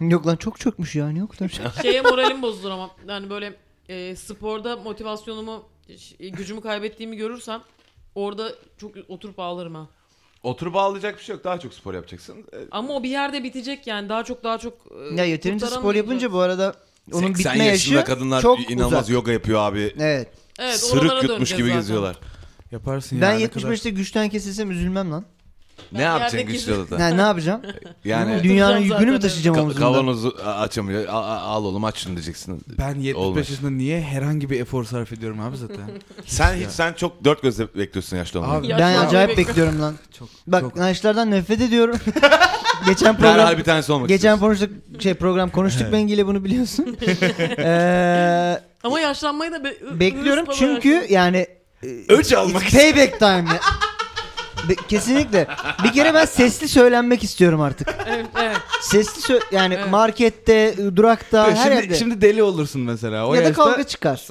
[SPEAKER 3] yok lan çok çökmüş yani yok lan.
[SPEAKER 2] Şeye moralim bozulur ama yani böyle e, sporda motivasyonumu ş- e, gücümü kaybettiğimi görürsem orada çok oturup ağlarım ha.
[SPEAKER 1] Oturup ağlayacak bir şey yok. Daha çok spor yapacaksın. Ee,
[SPEAKER 2] Ama o bir yerde bitecek yani daha çok daha çok e,
[SPEAKER 3] Ya yeterince spor
[SPEAKER 2] kurtaramayacak.
[SPEAKER 3] yapınca bu arada onun
[SPEAKER 1] 80
[SPEAKER 3] bitme
[SPEAKER 1] yaşında
[SPEAKER 3] yaşı
[SPEAKER 1] kadınlar
[SPEAKER 3] çok
[SPEAKER 1] inanılmaz
[SPEAKER 3] uzak.
[SPEAKER 1] yoga yapıyor abi.
[SPEAKER 3] Evet.
[SPEAKER 2] evet, oralara
[SPEAKER 1] Sırık yutmuş
[SPEAKER 2] döneceğiz
[SPEAKER 1] gibi
[SPEAKER 2] zaten.
[SPEAKER 1] geziyorlar.
[SPEAKER 4] Yaparsın
[SPEAKER 3] Ben
[SPEAKER 4] ya. ne
[SPEAKER 3] 75'te güçten kesilsem üzülmem lan.
[SPEAKER 1] ne yapacaksın
[SPEAKER 2] yerdeki-
[SPEAKER 1] güçlü odada?
[SPEAKER 3] Ne, ne yapacağım?
[SPEAKER 1] Yani
[SPEAKER 3] Dünyanın
[SPEAKER 2] Tutacağım zaten,
[SPEAKER 3] yükünü mü
[SPEAKER 2] evet.
[SPEAKER 1] ka-
[SPEAKER 3] taşıyacağım omuzumda?
[SPEAKER 1] kavanozu a- açamıyor. A- a- al oğlum aç şunu diyeceksin.
[SPEAKER 4] Ben 75
[SPEAKER 1] Olmaz.
[SPEAKER 4] yaşında niye herhangi bir efor sarf ediyorum abi zaten?
[SPEAKER 5] Sen hiç sen çok dört gözle bekliyorsun yaşlı olmayı.
[SPEAKER 4] Abi,
[SPEAKER 2] Ya-
[SPEAKER 3] Ben
[SPEAKER 2] Yaşlı
[SPEAKER 3] acayip
[SPEAKER 2] abi.
[SPEAKER 3] bekliyorum lan.
[SPEAKER 4] çok
[SPEAKER 3] Bak
[SPEAKER 4] çok
[SPEAKER 3] yaşlardan nefret ediyorum. geçen program
[SPEAKER 1] Derhal bir tanesi olmak
[SPEAKER 3] geçen konuştuk şey program konuştuk Bengi ile bunu biliyorsun. Ee,
[SPEAKER 2] Ama yaşlanmayı da be- ıı,
[SPEAKER 3] bekliyorum
[SPEAKER 2] hırsla
[SPEAKER 3] çünkü yani e,
[SPEAKER 5] Öç almak
[SPEAKER 3] It's payback time. ya. Be- kesinlikle. Bir kere ben sesli söylenmek istiyorum artık.
[SPEAKER 2] uğraşıyorum. Evet, evet.
[SPEAKER 3] Sesli sö- yani
[SPEAKER 2] Evet.
[SPEAKER 3] markette, durakta,
[SPEAKER 4] Şimdi,
[SPEAKER 3] her yerde.
[SPEAKER 4] şimdi deli olursun mesela. O
[SPEAKER 3] ya da
[SPEAKER 4] yaşta
[SPEAKER 3] kavga çıkar.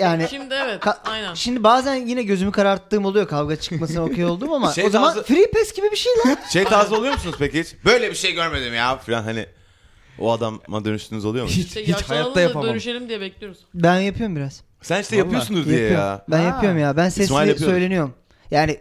[SPEAKER 3] yani
[SPEAKER 2] Şimdi evet.
[SPEAKER 3] Ka-
[SPEAKER 2] aynen.
[SPEAKER 3] şimdi bazen yine gözümü kararttığım oluyor kavga çıkmasına okey oldum ama
[SPEAKER 1] Şey
[SPEAKER 3] o zaman
[SPEAKER 1] tarzı-
[SPEAKER 3] free pass gibi bir şey lan.
[SPEAKER 5] Şey tarzı oluyor musunuz peki hiç? Böyle bir şey görmedim ya falan hani. O adama dönüştünüz oluyor mu?
[SPEAKER 4] hiç,
[SPEAKER 2] İşte
[SPEAKER 4] hiç
[SPEAKER 2] Şey, yaşlanalım
[SPEAKER 4] hayatta
[SPEAKER 2] da
[SPEAKER 4] yapamam.
[SPEAKER 2] dönüşelim diye bekliyoruz.
[SPEAKER 3] Ben yapıyorum biraz.
[SPEAKER 5] Sen işte
[SPEAKER 4] Vallahi.
[SPEAKER 5] yapıyorsunuz diye
[SPEAKER 3] yapıyorum.
[SPEAKER 5] ya.
[SPEAKER 3] Ben
[SPEAKER 4] Ha.
[SPEAKER 3] yapıyorum ya. Ben
[SPEAKER 5] İsmail
[SPEAKER 3] sesli
[SPEAKER 5] yapıyor.
[SPEAKER 3] söyleniyorum. Yani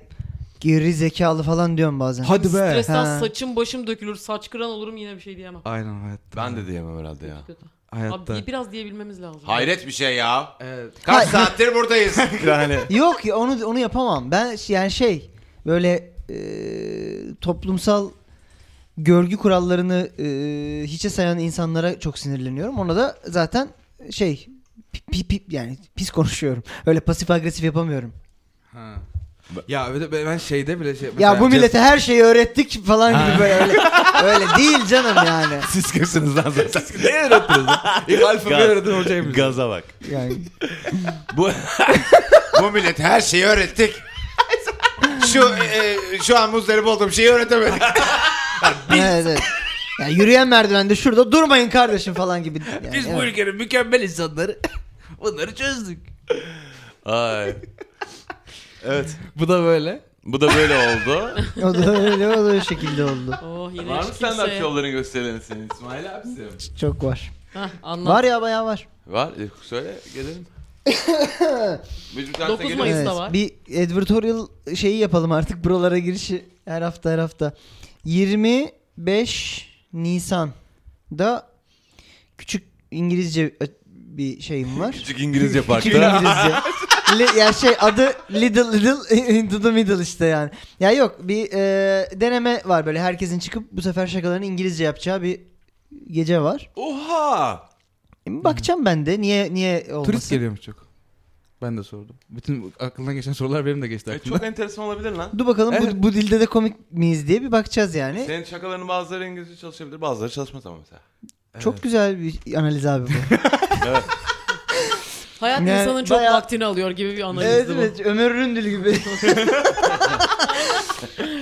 [SPEAKER 3] geri zekalı falan diyorum bazen.
[SPEAKER 4] Hadi be.
[SPEAKER 2] Stresten
[SPEAKER 3] Ha.
[SPEAKER 2] saçım başım dökülür. Saç kıran olurum yine bir şey diyemem.
[SPEAKER 4] Aynen hayatta.
[SPEAKER 1] Ben de diyemem herhalde ya.
[SPEAKER 2] Kötü.
[SPEAKER 4] hayatta.
[SPEAKER 2] Abi biraz diyebilmemiz lazım.
[SPEAKER 1] Hayret bir şey ya.
[SPEAKER 4] Evet.
[SPEAKER 1] Kaç saattir buradayız.
[SPEAKER 5] Yani
[SPEAKER 3] Yok ya onu onu yapamam. Ben ş- yani şey böyle e, toplumsal görgü kurallarını e, hiçe sayan insanlara çok sinirleniyorum. Ona da zaten şey pi, pi- pi- yani pis konuşuyorum. Öyle pasif agresif yapamıyorum.
[SPEAKER 4] Ha. Ya bir de ben şeyde bile şey
[SPEAKER 3] ya bu millete her şeyi öğrettik falan gibi böyle öyle, öyle değil canım yani.
[SPEAKER 5] siz kimsiniz lan zaten?
[SPEAKER 4] ne öğretiyorsun? İlk alfabeyi
[SPEAKER 5] Gaz.
[SPEAKER 4] öğretin hocayım.
[SPEAKER 5] Gaza bak.
[SPEAKER 3] Yani
[SPEAKER 1] bu bu millet her şeyi öğrettik. Şu e, şu an muzdarip olduğum şeyi öğretemedik.
[SPEAKER 3] evet, evet. Ya yürüyen merdivende şurada durmayın kardeşim falan gibi. Yani, evet.
[SPEAKER 4] ülkenin mükemmel insanları. Bunları çözdük.
[SPEAKER 5] Ay. Evet.
[SPEAKER 4] Bu da böyle.
[SPEAKER 5] Bu da böyle oldu.
[SPEAKER 3] O da öyle o da o şekilde oldu.
[SPEAKER 2] Oh yine
[SPEAKER 1] Var
[SPEAKER 2] hiç
[SPEAKER 1] mı şey stand-up
[SPEAKER 2] kimse-
[SPEAKER 1] şovların gösterilerini senin İsmail abisi?
[SPEAKER 3] Çok var.
[SPEAKER 2] Hah, anlat.
[SPEAKER 3] Var ya bayağı var.
[SPEAKER 1] Var. e, Söyle gelelim. Mecbur terse
[SPEAKER 2] 9
[SPEAKER 1] gelelim.
[SPEAKER 2] Mayıs. Mayıs'ta var.
[SPEAKER 3] Bir advertorial şeyi yapalım artık buralara girişi her hafta her hafta. 25 Nisan'da küçük İngilizce bir şeyim var.
[SPEAKER 5] Küçük İngilizce
[SPEAKER 3] Küçük
[SPEAKER 5] parkta.
[SPEAKER 3] İngilizce. Li- ya şey adı Little Little Into the Middle işte yani. Ya yok bir e, deneme var böyle herkesin çıkıp bu sefer şakalarını İngilizce yapacağı bir gece var.
[SPEAKER 5] Oha!
[SPEAKER 3] E, Bakacağım ben de niye niye olmasın.
[SPEAKER 4] Turist geliyormuş çok. Ben de sordum. Bütün aklından geçen sorular benim de geçti
[SPEAKER 1] E,
[SPEAKER 4] aklımdan.
[SPEAKER 1] çok enteresan olabilir lan.
[SPEAKER 3] Dur bakalım
[SPEAKER 4] Evet.
[SPEAKER 3] bu, bu dilde de komik miyiz diye bir bakacağız yani.
[SPEAKER 1] Senin şakaların bazıları İngilizce çalışabilir, bazıları çalışmaz ama mesela.
[SPEAKER 3] Çok güzel bir analiz abi bu.
[SPEAKER 2] Hayat
[SPEAKER 3] Yani
[SPEAKER 2] insanın çok
[SPEAKER 3] bayağı-
[SPEAKER 2] vaktini alıyor gibi bir analizdi
[SPEAKER 3] evet
[SPEAKER 2] bu.
[SPEAKER 3] evet Ömer Ründül gibi.
[SPEAKER 4] Bazı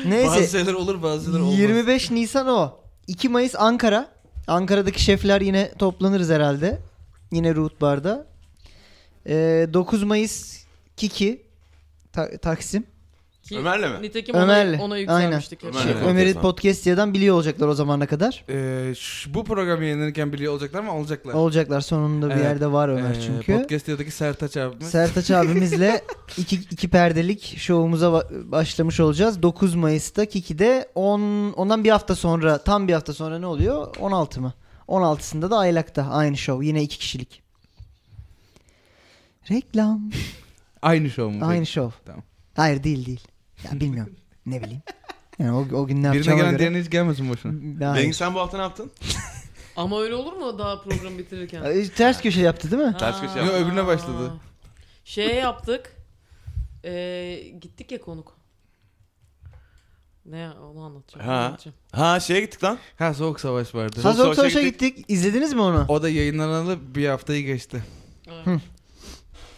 [SPEAKER 3] Neyse
[SPEAKER 4] şeyler olur bazıları olmaz.
[SPEAKER 3] 25 Nisan o. 2 Mayıs Ankara. Ankara'daki şefler yine toplanırız herhalde. Yine Root Bar'da. Ee, 9 Mayıs Kiki Ta- Taksim.
[SPEAKER 2] Ki-
[SPEAKER 1] Ömer'le mi?
[SPEAKER 2] Nitekim
[SPEAKER 3] Ömer'le.
[SPEAKER 2] ona, ona yükselmiştik. hep.
[SPEAKER 1] Ömer'le.
[SPEAKER 3] Şey,
[SPEAKER 1] Ömer'le
[SPEAKER 3] Ömer'i
[SPEAKER 1] konuşalım.
[SPEAKER 3] Podcast'dan biliyor olacaklar o zamana kadar.
[SPEAKER 4] Ee, şu- bu program yayınlanırken biliyor olacaklar mı? Olacaklar.
[SPEAKER 3] Olacaklar sonunda bir
[SPEAKER 4] Evet.
[SPEAKER 3] yerde var Ömer
[SPEAKER 4] Ee,
[SPEAKER 3] çünkü.
[SPEAKER 4] Podcast yadaki Sertaç abimiz.
[SPEAKER 3] Sertaç abimizle iki, iki perdelik şovumuza ba- başlamış olacağız. 9 Mayıs'ta Kiki'de. On, ondan bir hafta sonra, tam bir hafta sonra ne oluyor? 16 mı? 16'sında da Aylak'ta aynı şov. Yine iki kişilik. Reklam.
[SPEAKER 4] Aynı şov mu?
[SPEAKER 3] aynı şey şov.
[SPEAKER 4] Tamam.
[SPEAKER 3] Hayır değil değil. Ya bilmiyorum. ne bileyim. Yani o, o gün ne
[SPEAKER 4] Birine
[SPEAKER 3] yapacağıma
[SPEAKER 4] gelen
[SPEAKER 3] göre.
[SPEAKER 4] diğerine hiç gelmesin boşuna.
[SPEAKER 3] Hayır.
[SPEAKER 1] Bengi sen bu hafta ne yaptın?
[SPEAKER 2] Ama öyle olur mu daha programı bitirirken?
[SPEAKER 3] Ay, e, Ters köşe yaptı değil mi?
[SPEAKER 1] Ters köşe
[SPEAKER 2] Aa.
[SPEAKER 1] yaptı.
[SPEAKER 4] Yo, öbürüne başladı.
[SPEAKER 2] Şey yaptık. Ee, gittik ya konuk. Ne ya, onu anlatacağım.
[SPEAKER 5] Ha.
[SPEAKER 2] onu anlatacağım.
[SPEAKER 5] Ha şeye gittik lan.
[SPEAKER 4] Ha soğuk savaş vardı.
[SPEAKER 3] Ha, Soğuk
[SPEAKER 5] Soğuk Savaş'a
[SPEAKER 3] Savaş'a gittik. İzlediniz mi onu?
[SPEAKER 4] O da yayınlanalı bir haftayı geçti.
[SPEAKER 2] Evet.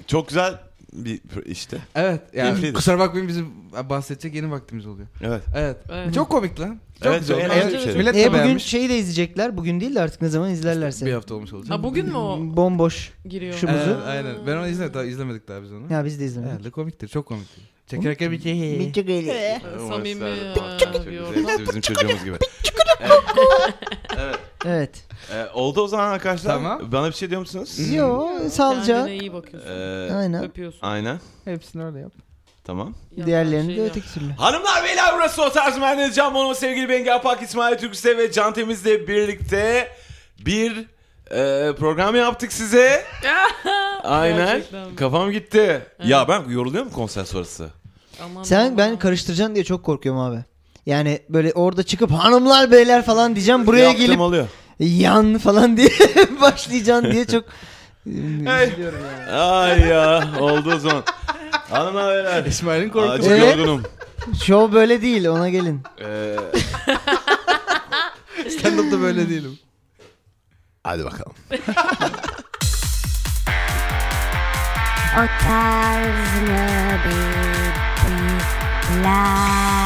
[SPEAKER 5] Çok güzel bir pr- işte.
[SPEAKER 4] Evet. Yani
[SPEAKER 5] Keyifliydi.
[SPEAKER 4] kusura bakmayın bizim bahsedecek yeni vaktimiz oluyor.
[SPEAKER 5] Evet.
[SPEAKER 4] Evet.
[SPEAKER 2] Evet.
[SPEAKER 4] Çok komik lan. Çok
[SPEAKER 5] Evet,
[SPEAKER 4] güzel.
[SPEAKER 5] çok
[SPEAKER 2] eğlenceli
[SPEAKER 4] Evet,
[SPEAKER 2] bir şey.
[SPEAKER 4] Millet de
[SPEAKER 3] E, bugün
[SPEAKER 4] beğenmiş.
[SPEAKER 3] şeyi de izleyecekler. Bugün değil de artık ne zaman izlerlerse.
[SPEAKER 4] Bir hafta olmuş olacak.
[SPEAKER 2] Ha bugün mü o
[SPEAKER 3] Hmm, Bomboş.
[SPEAKER 2] giriyor?
[SPEAKER 3] Şu
[SPEAKER 4] Evet,
[SPEAKER 3] buzu.
[SPEAKER 4] aynen. Ben onu izlemedim. Daha izlemedik daha biz onu.
[SPEAKER 3] Ya biz de izlemedik.
[SPEAKER 4] Evet, de komiktir. Çok komiktir. Çekerken bir şey.
[SPEAKER 3] Mitchell Gailey.
[SPEAKER 2] Samimi e,
[SPEAKER 1] Umarım
[SPEAKER 2] ya,
[SPEAKER 1] sen de-
[SPEAKER 2] bir
[SPEAKER 1] Çok
[SPEAKER 2] ortam.
[SPEAKER 1] güzel, Bizim çocuğumuz gibi.
[SPEAKER 3] Evet.
[SPEAKER 1] E,
[SPEAKER 5] Ee, oldu o zaman arkadaşlar.
[SPEAKER 4] Tamam.
[SPEAKER 5] Bana bir şey diyor musunuz?
[SPEAKER 3] Yo salca.
[SPEAKER 2] Kendine iyi bakıyorsun.
[SPEAKER 5] Ee,
[SPEAKER 1] E,
[SPEAKER 3] Aynen.
[SPEAKER 2] Öpüyorsun.
[SPEAKER 5] aynen.
[SPEAKER 4] Hepsini öyle yap.
[SPEAKER 5] Tamam.
[SPEAKER 2] Ya,
[SPEAKER 3] Diğerlerini
[SPEAKER 2] şey
[SPEAKER 3] de
[SPEAKER 2] ya.
[SPEAKER 3] öteki türlü.
[SPEAKER 1] Hanımlar beyler burası o tarz Mendeniz Can Bonomo sevgili Bengi Apak İsmail Türkse ve Can Temiz'le birlikte bir e, program yaptık size. Aynen.
[SPEAKER 2] Gerçekten.
[SPEAKER 1] Kafam gitti.
[SPEAKER 2] Evet.
[SPEAKER 5] Ya ben yoruluyor mu konser sonrası?
[SPEAKER 2] Aman
[SPEAKER 3] Sen
[SPEAKER 2] aman
[SPEAKER 3] ben
[SPEAKER 2] aman.
[SPEAKER 3] karıştıracaksın diye çok korkuyorum abi. Yani böyle orada çıkıp hanımlar beyler falan diyeceğim. Buraya
[SPEAKER 1] Yaptığım
[SPEAKER 3] gelip
[SPEAKER 1] oluyor.
[SPEAKER 3] yan falan diye başlayacaksın diye çok üzülüyorum yani.
[SPEAKER 1] Ay ya oldu o zaman. Hanımlar beyler.
[SPEAKER 4] İsmail'in
[SPEAKER 1] Acı
[SPEAKER 4] korkusu.
[SPEAKER 3] Evet.
[SPEAKER 1] yorgunum.
[SPEAKER 3] Show böyle değil ona gelin.
[SPEAKER 1] Ee,
[SPEAKER 4] Stand-up'ta böyle değilim.
[SPEAKER 6] Hadi bakalım.
[SPEAKER 7] O tarz mı bir bir laf?